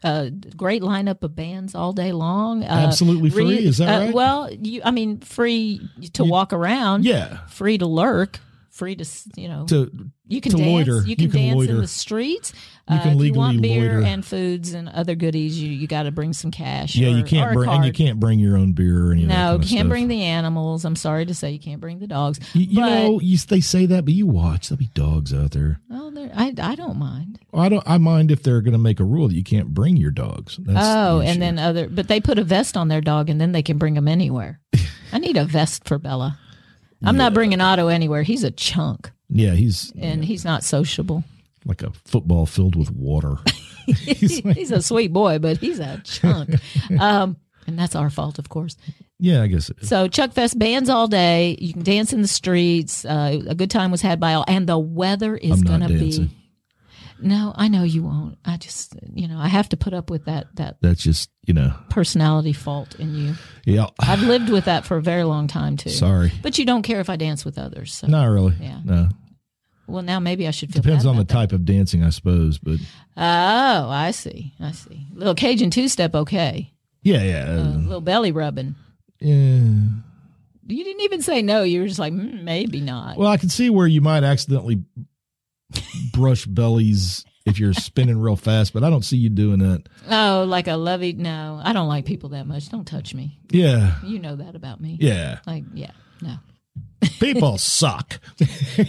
[SPEAKER 2] uh, great lineup of bands all day long. Uh,
[SPEAKER 1] Absolutely free, is that right?
[SPEAKER 2] Well, you, I mean, free to walk around,
[SPEAKER 1] Yeah,
[SPEAKER 2] free to lurk, free to s- you know,
[SPEAKER 1] to
[SPEAKER 2] you can
[SPEAKER 1] to
[SPEAKER 2] dance,
[SPEAKER 1] loiter.
[SPEAKER 2] you can,
[SPEAKER 1] You can
[SPEAKER 2] dance
[SPEAKER 1] loiter.
[SPEAKER 2] in the streets. Uh,
[SPEAKER 1] You can
[SPEAKER 2] if you want
[SPEAKER 1] legally
[SPEAKER 2] beer
[SPEAKER 1] loiter.
[SPEAKER 2] and foods and other goodies, you you got to bring some cash.
[SPEAKER 1] yeah,
[SPEAKER 2] or-
[SPEAKER 1] you
[SPEAKER 2] or
[SPEAKER 1] can't
[SPEAKER 2] a
[SPEAKER 1] bring and you
[SPEAKER 2] card.
[SPEAKER 1] can't bring your own beer or any of that
[SPEAKER 2] No,
[SPEAKER 1] kind
[SPEAKER 2] can't
[SPEAKER 1] of stuff.
[SPEAKER 2] bring the animals. I'm sorry to say, you can't bring the dogs.
[SPEAKER 1] You, you
[SPEAKER 2] but,
[SPEAKER 1] know, you, they say that, but you watch. There'll be dogs out there.
[SPEAKER 2] oh, there- I I don't mind.
[SPEAKER 1] I don't. I mind if they're going to make a rule that you can't bring your dogs. That's
[SPEAKER 2] Oh,
[SPEAKER 1] the issue.
[SPEAKER 2] and then other, but they put a vest on their dog, and then they can bring him anywhere. I need a vest for Bella. I'm not bringing Otto anywhere. He's a chunk,
[SPEAKER 1] yeah, he's
[SPEAKER 2] and he's not sociable.
[SPEAKER 1] like a football filled with water.
[SPEAKER 2] he's, a sweet boy, but he's a chunk. um, and that's our fault, of course.
[SPEAKER 1] yeah, I guess. It is.
[SPEAKER 2] So Chuck Fest bands all day. You can dance in the streets. Uh, a good time was had by all, and the weather is
[SPEAKER 1] I'm not
[SPEAKER 2] going to be.
[SPEAKER 1] dancing.
[SPEAKER 2] No, I know you won't. I just, you know, I have to put up with that that
[SPEAKER 1] That's just you know.
[SPEAKER 2] personality fault in you.
[SPEAKER 1] Yeah,
[SPEAKER 2] I've lived with that for a very long time too.
[SPEAKER 1] sorry.
[SPEAKER 2] But you don't care if I dance with others. So.
[SPEAKER 1] Not really.
[SPEAKER 2] Yeah.
[SPEAKER 1] No.
[SPEAKER 2] Well, now maybe I should feel
[SPEAKER 1] Depends
[SPEAKER 2] bad
[SPEAKER 1] on the
[SPEAKER 2] about that.
[SPEAKER 1] type of dancing, I suppose. But
[SPEAKER 2] Oh, I see. I see. Little Cajun two step, okay.
[SPEAKER 1] yeah, yeah, uh,
[SPEAKER 2] A little belly rubbing.
[SPEAKER 1] yeah.
[SPEAKER 2] You didn't even say no. You were just like mm, maybe not.
[SPEAKER 1] Well, I can see where you might accidentally brush bellies if you're spinning real fast, but I don't see you doing that.
[SPEAKER 2] oh, like a lovey. No, I don't like people that much. Don't touch me.
[SPEAKER 1] Yeah.
[SPEAKER 2] You know that about me.
[SPEAKER 1] Yeah.
[SPEAKER 2] Like yeah. No,
[SPEAKER 1] People suck.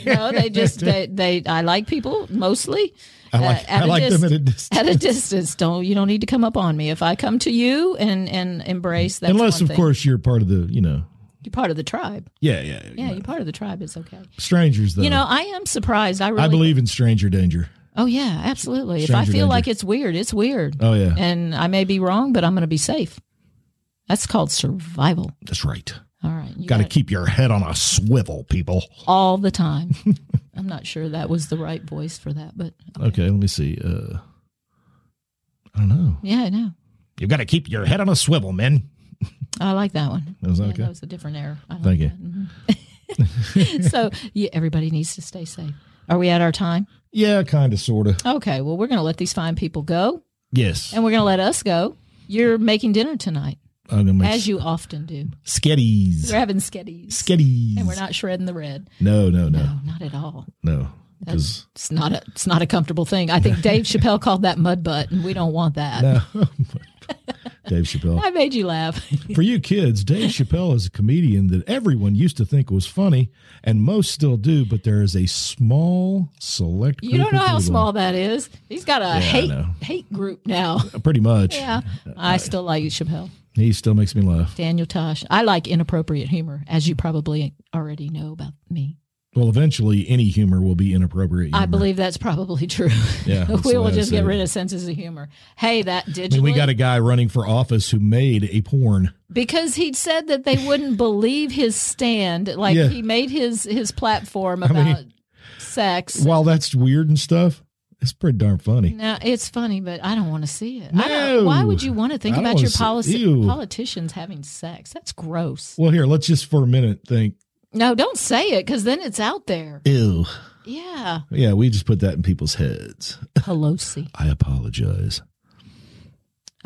[SPEAKER 2] no, they just they, they I like people mostly.
[SPEAKER 1] I like,
[SPEAKER 2] at
[SPEAKER 1] I
[SPEAKER 2] a
[SPEAKER 1] like them
[SPEAKER 2] dist-
[SPEAKER 1] at a distance.
[SPEAKER 2] At a distance, don't you don't need to come up on me. If I come to you and and embrace, that's
[SPEAKER 1] Unless,
[SPEAKER 2] one
[SPEAKER 1] of
[SPEAKER 2] thing.
[SPEAKER 1] course, you're part of the, you know.
[SPEAKER 2] you're part of the tribe.
[SPEAKER 1] Yeah, yeah.
[SPEAKER 2] Yeah, you're part of the tribe. It's okay.
[SPEAKER 1] Strangers, though.
[SPEAKER 2] You know, I am surprised. I really.
[SPEAKER 1] I believe in stranger danger.
[SPEAKER 2] Oh yeah, absolutely. If I
[SPEAKER 1] Stranger
[SPEAKER 2] feel
[SPEAKER 1] danger.
[SPEAKER 2] like it's weird, it's weird,
[SPEAKER 1] Oh, yeah.
[SPEAKER 2] and I may be wrong, but I'm going to be safe. That's called survival.
[SPEAKER 1] That's right.
[SPEAKER 2] All right, you
[SPEAKER 1] Got to
[SPEAKER 2] got it
[SPEAKER 1] keep your head on a swivel, people.
[SPEAKER 2] all the time. I'm not sure that was the right voice for that, but
[SPEAKER 1] Okay, let me see. Uh, I don't know.
[SPEAKER 2] yeah, I know.
[SPEAKER 1] You've got to keep your head on a swivel, men.
[SPEAKER 2] I like that one.
[SPEAKER 1] That was
[SPEAKER 2] Yeah,
[SPEAKER 1] okay.
[SPEAKER 2] that was a different error. I like
[SPEAKER 1] Thank you.
[SPEAKER 2] that. so yeah, everybody needs to stay safe. Are we at our time?
[SPEAKER 1] Yeah, kind of, sort of.
[SPEAKER 2] Okay. Well, we're going to let these fine people go,
[SPEAKER 1] Yes.
[SPEAKER 2] and we're going to let us go. You're making dinner tonight,
[SPEAKER 1] I'm going to make
[SPEAKER 2] as you often do.
[SPEAKER 1] sketties.
[SPEAKER 2] We're having sketties.
[SPEAKER 1] Sketties.
[SPEAKER 2] and we're not shredding the red.
[SPEAKER 1] no, no, no,
[SPEAKER 2] No, not at all.
[SPEAKER 1] no. Because
[SPEAKER 2] It's not a it's not a comfortable thing. I think Dave Chappelle called that mud butt, and we don't want that.
[SPEAKER 1] oh Dave Chappelle.
[SPEAKER 2] I made you laugh.
[SPEAKER 1] For you kids, Dave Chappelle is a comedian that everyone used to think was funny, and most still do, but there is a small, select group
[SPEAKER 2] You don't know
[SPEAKER 1] of
[SPEAKER 2] how
[SPEAKER 1] people-
[SPEAKER 2] small that is. He's got a hate
[SPEAKER 1] know.
[SPEAKER 2] hate group now.
[SPEAKER 1] Uh, Pretty much.
[SPEAKER 2] Yeah, I still like Chappelle,
[SPEAKER 1] He still makes me laugh.
[SPEAKER 2] Daniel Tosh. I like inappropriate humor, as you probably already know about me.
[SPEAKER 1] Well, eventually, any humor will be inappropriate.
[SPEAKER 2] I
[SPEAKER 1] humor.
[SPEAKER 2] believe that's probably true.
[SPEAKER 1] Yeah, that's
[SPEAKER 2] we
[SPEAKER 1] the
[SPEAKER 2] will
[SPEAKER 1] way I
[SPEAKER 2] just
[SPEAKER 1] see
[SPEAKER 2] get
[SPEAKER 1] it.
[SPEAKER 2] rid of senses of humor. Hey, that digitally
[SPEAKER 1] I mean, we got a guy running for office who made a porn.
[SPEAKER 2] because he said that they wouldn't believe his stand. Like
[SPEAKER 1] Yeah.
[SPEAKER 2] he made his his platform
[SPEAKER 1] mean-
[SPEAKER 2] about sex.
[SPEAKER 1] While that's weird and stuff, it's pretty darn funny.
[SPEAKER 2] Now it's funny, but I don't want to see it. I
[SPEAKER 1] No.
[SPEAKER 2] don't, why would you want to think
[SPEAKER 1] I don't
[SPEAKER 2] about
[SPEAKER 1] wanna
[SPEAKER 2] your
[SPEAKER 1] see-
[SPEAKER 2] policy
[SPEAKER 1] ew.
[SPEAKER 2] politicians having sex? That's gross.
[SPEAKER 1] Well, here, let's just for a minute think.
[SPEAKER 2] No, don't say it because then it's out there.
[SPEAKER 1] Ew.
[SPEAKER 2] Yeah,
[SPEAKER 1] Yeah, we just put that in people's heads.
[SPEAKER 2] Pelosi.
[SPEAKER 1] I apologize.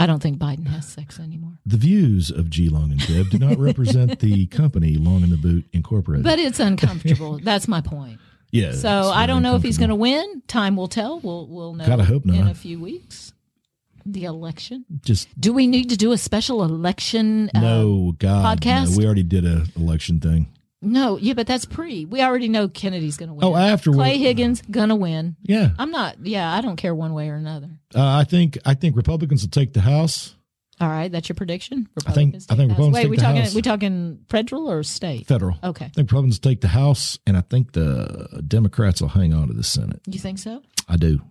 [SPEAKER 2] I don't think Biden has sex anymore,
[SPEAKER 1] The views of G Long and Deb do not represent the company Long in the Boot Incorporated.
[SPEAKER 2] but it's uncomfortable. That's my point.
[SPEAKER 1] yeah,
[SPEAKER 2] So I don't know if he's going to win. Time will tell. We'll we'll know.
[SPEAKER 1] Gotta hope
[SPEAKER 2] in
[SPEAKER 1] not.
[SPEAKER 2] a few weeks. The election.
[SPEAKER 1] just
[SPEAKER 2] Do we need to do a special election? uh,
[SPEAKER 1] no God. no.
[SPEAKER 2] podcast?
[SPEAKER 1] we already did a election thing.
[SPEAKER 2] no. Yeah, but that's pre. We already know Kennedy's going to win.
[SPEAKER 1] Oh, after
[SPEAKER 2] Clay Higgins gonna win.
[SPEAKER 1] yeah,
[SPEAKER 2] I'm not. Yeah, I don't care one way or another.
[SPEAKER 1] uh, I think I think Republicans will take the House.
[SPEAKER 2] All right, that's your prediction.
[SPEAKER 1] I think-
[SPEAKER 2] Republicans
[SPEAKER 1] I think
[SPEAKER 2] take the House.
[SPEAKER 1] Republicans
[SPEAKER 2] Wait,
[SPEAKER 1] take
[SPEAKER 2] we
[SPEAKER 1] the
[SPEAKER 2] talking
[SPEAKER 1] House.
[SPEAKER 2] we talking federal or state?
[SPEAKER 1] federal.
[SPEAKER 2] Okay,
[SPEAKER 1] I think Republicans take the House, and I think the Democrats will hang on to the Senate.
[SPEAKER 2] you think so?
[SPEAKER 1] I do.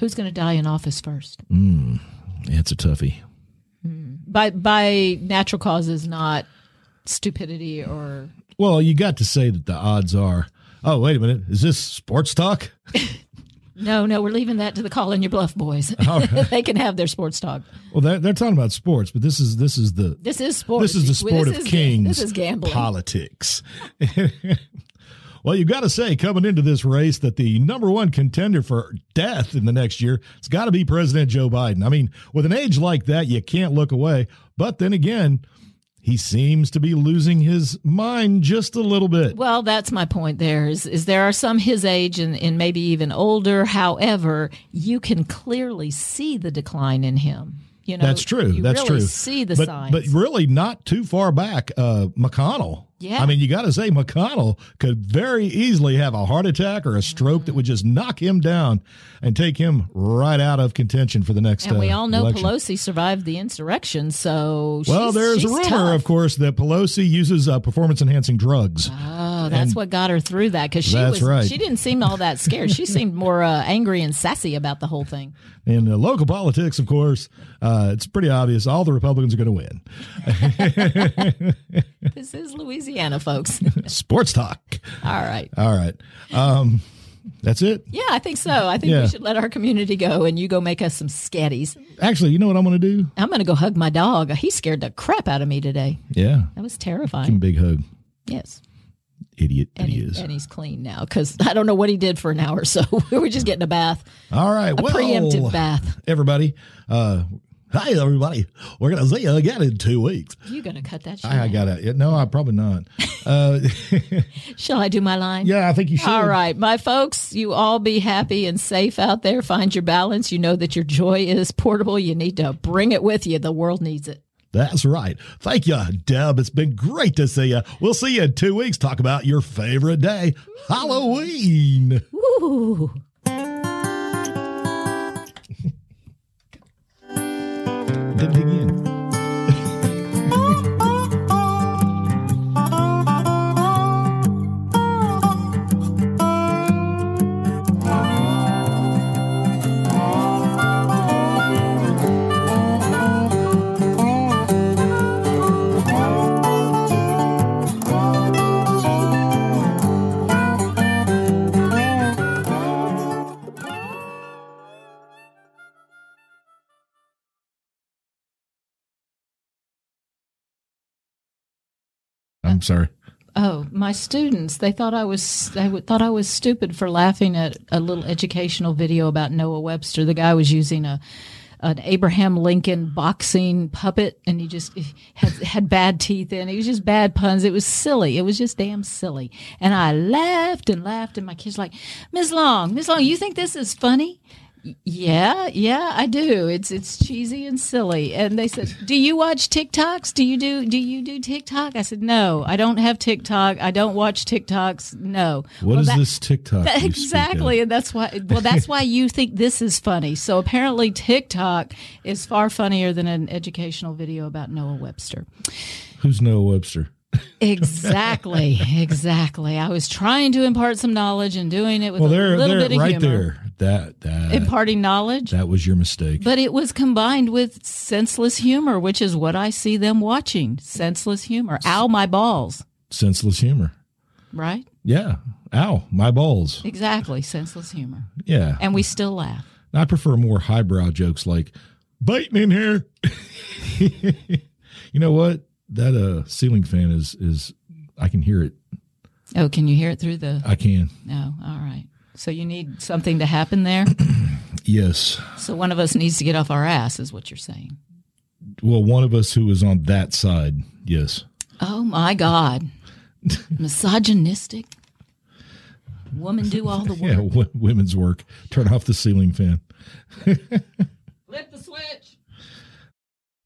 [SPEAKER 2] Who's going to die in office first?
[SPEAKER 1] Mm, it's a toughie.
[SPEAKER 2] By by natural causes, not stupidity or
[SPEAKER 1] Well, you got to say that the odds are. Oh, wait a minute. Is this sports talk?
[SPEAKER 2] no, no. We're leaving that to the call in your bluff boys. they can have their sports talk.
[SPEAKER 1] Well, they're, they're talking about sports, but this is this is the
[SPEAKER 2] This is sports.
[SPEAKER 1] this is the sport
[SPEAKER 2] This
[SPEAKER 1] of
[SPEAKER 2] is-
[SPEAKER 1] kings.
[SPEAKER 2] This is gambling.
[SPEAKER 1] Politics. well, you've got to say coming into this race that the number one contender for death in the next year has got to be President Joe Biden. I mean, with an age like that, you can't look away. But then again, he seems to be losing his mind just a little bit.
[SPEAKER 2] Well, that's my point there is is there are some his age and, and maybe even older. However, you can clearly see the decline in him. You know
[SPEAKER 1] That's true.
[SPEAKER 2] You
[SPEAKER 1] That's
[SPEAKER 2] really
[SPEAKER 1] true.
[SPEAKER 2] See the
[SPEAKER 1] but,
[SPEAKER 2] signs.
[SPEAKER 1] but really not too far back. Uh, McConnell.
[SPEAKER 2] Yeah.
[SPEAKER 1] I mean, you got to say McConnell could very easily have a heart attack or a stroke that would just
[SPEAKER 2] Mm-hmm.
[SPEAKER 1] knock him down and take him right out of contention for the next.
[SPEAKER 2] and we
[SPEAKER 1] uh,
[SPEAKER 2] all know
[SPEAKER 1] election.
[SPEAKER 2] Pelosi survived the insurrection, so
[SPEAKER 1] Well,
[SPEAKER 2] she's-
[SPEAKER 1] there's a
[SPEAKER 2] she's
[SPEAKER 1] rumor,
[SPEAKER 2] tough.
[SPEAKER 1] of course, that Pelosi uses uh, performance-enhancing drugs.
[SPEAKER 2] Oh, that's what got her through that because she
[SPEAKER 1] That's
[SPEAKER 2] was
[SPEAKER 1] right.
[SPEAKER 2] she didn't seem all that scared. she seemed more uh, angry and sassy about the whole thing.
[SPEAKER 1] In uh, local politics, of course, uh, it's pretty obvious all the Republicans are going to win.
[SPEAKER 2] This is Louisiana, folks.
[SPEAKER 1] Sports talk.
[SPEAKER 2] all right.
[SPEAKER 1] All right, um, that's it.
[SPEAKER 2] Yeah, I think so. I think
[SPEAKER 1] Yeah.
[SPEAKER 2] we should let our community go, and you go make us some scatties.
[SPEAKER 1] Actually, you know what I'm going to do?
[SPEAKER 2] I'm going to go hug my dog. He scared the crap out of me today.
[SPEAKER 1] Yeah,
[SPEAKER 2] That was
[SPEAKER 1] give him a
[SPEAKER 2] terrifying.
[SPEAKER 1] big hug.
[SPEAKER 2] Yes.
[SPEAKER 1] idiot that
[SPEAKER 2] And,
[SPEAKER 1] he
[SPEAKER 2] he-
[SPEAKER 1] is.
[SPEAKER 2] and he's clean now because I don't know what he did for an hour. So we were just getting a bath,
[SPEAKER 1] All right,
[SPEAKER 2] a
[SPEAKER 1] well,
[SPEAKER 2] preemptive bath.
[SPEAKER 1] everybody. Uh, hi, everybody. We're gonna see you again in two weeks.
[SPEAKER 2] You're going to cut that shit.
[SPEAKER 1] I, I
[SPEAKER 2] out.
[SPEAKER 1] gotta. yeah, No, I probably not. Uh,
[SPEAKER 2] Shall I do my line?
[SPEAKER 1] yeah, I think you should.
[SPEAKER 2] All right, my folks, you all be happy and safe out there. Find your balance. You know that your joy is portable. You need to bring it with you. The world needs it.
[SPEAKER 1] That's right. Thank you, Deb. It's been great to see you. We'll see you in two weeks. Talk about your favorite day, Halloween.
[SPEAKER 2] Woo.
[SPEAKER 1] Didn't dig in. I'm sorry.
[SPEAKER 2] Oh, my students, they thought I was they w- thought I was stupid for laughing at a little educational video about Noah Webster. The guy was using a an Abraham Lincoln boxing puppet and he just he had had bad teeth in. It was just bad puns. It was silly. It was just damn silly. And I laughed and laughed and my kids like, "Ms. Long, Ms. Long, you think this is funny?" "Y- Yeah, yeah, I do. It's it's cheesy and silly. And they said, "Do you watch TikToks? Do you do do you do TikTok?" I said, "No, I don't have TikTok. I don't watch TikToks. No."
[SPEAKER 1] What is
[SPEAKER 2] Well, that-
[SPEAKER 1] this TikTok?
[SPEAKER 2] that-
[SPEAKER 1] you speak of?
[SPEAKER 2] exactly, and that's why. Well, that's why you think this is funny. So apparently, TikTok is far funnier than an educational video about Noah Webster.
[SPEAKER 1] Who's Noah Webster?
[SPEAKER 2] Exactly, exactly. I was trying to impart some knowledge and doing it with
[SPEAKER 1] Well,
[SPEAKER 2] a
[SPEAKER 1] there,
[SPEAKER 2] little
[SPEAKER 1] there,
[SPEAKER 2] bit of
[SPEAKER 1] right
[SPEAKER 2] humor.
[SPEAKER 1] there. That that
[SPEAKER 2] Imparting knowledge,
[SPEAKER 1] that was your mistake.
[SPEAKER 2] but it was combined with senseless humor, which is what I see them watching. Senseless humor. Ow, my balls.
[SPEAKER 1] Senseless humor.
[SPEAKER 2] Right?
[SPEAKER 1] Yeah. Ow, my balls.
[SPEAKER 2] Exactly. Senseless humor.
[SPEAKER 1] Yeah.
[SPEAKER 2] And we still laugh.
[SPEAKER 1] I prefer more highbrow jokes like biting in here. you know what? That uh ceiling fan is is I can hear it.
[SPEAKER 2] Oh, can you hear it through the?
[SPEAKER 1] I can.
[SPEAKER 2] No. All right. So you need something to happen there.
[SPEAKER 1] Yes.
[SPEAKER 2] So one of us needs to get off our ass, is what you're saying.
[SPEAKER 1] Well, one of us who was on that side. Yes.
[SPEAKER 2] Oh my God. Misogynistic. Woman do all the work.
[SPEAKER 1] Yeah, w- women's work. Turn off the ceiling fan.
[SPEAKER 2] Flip the switch.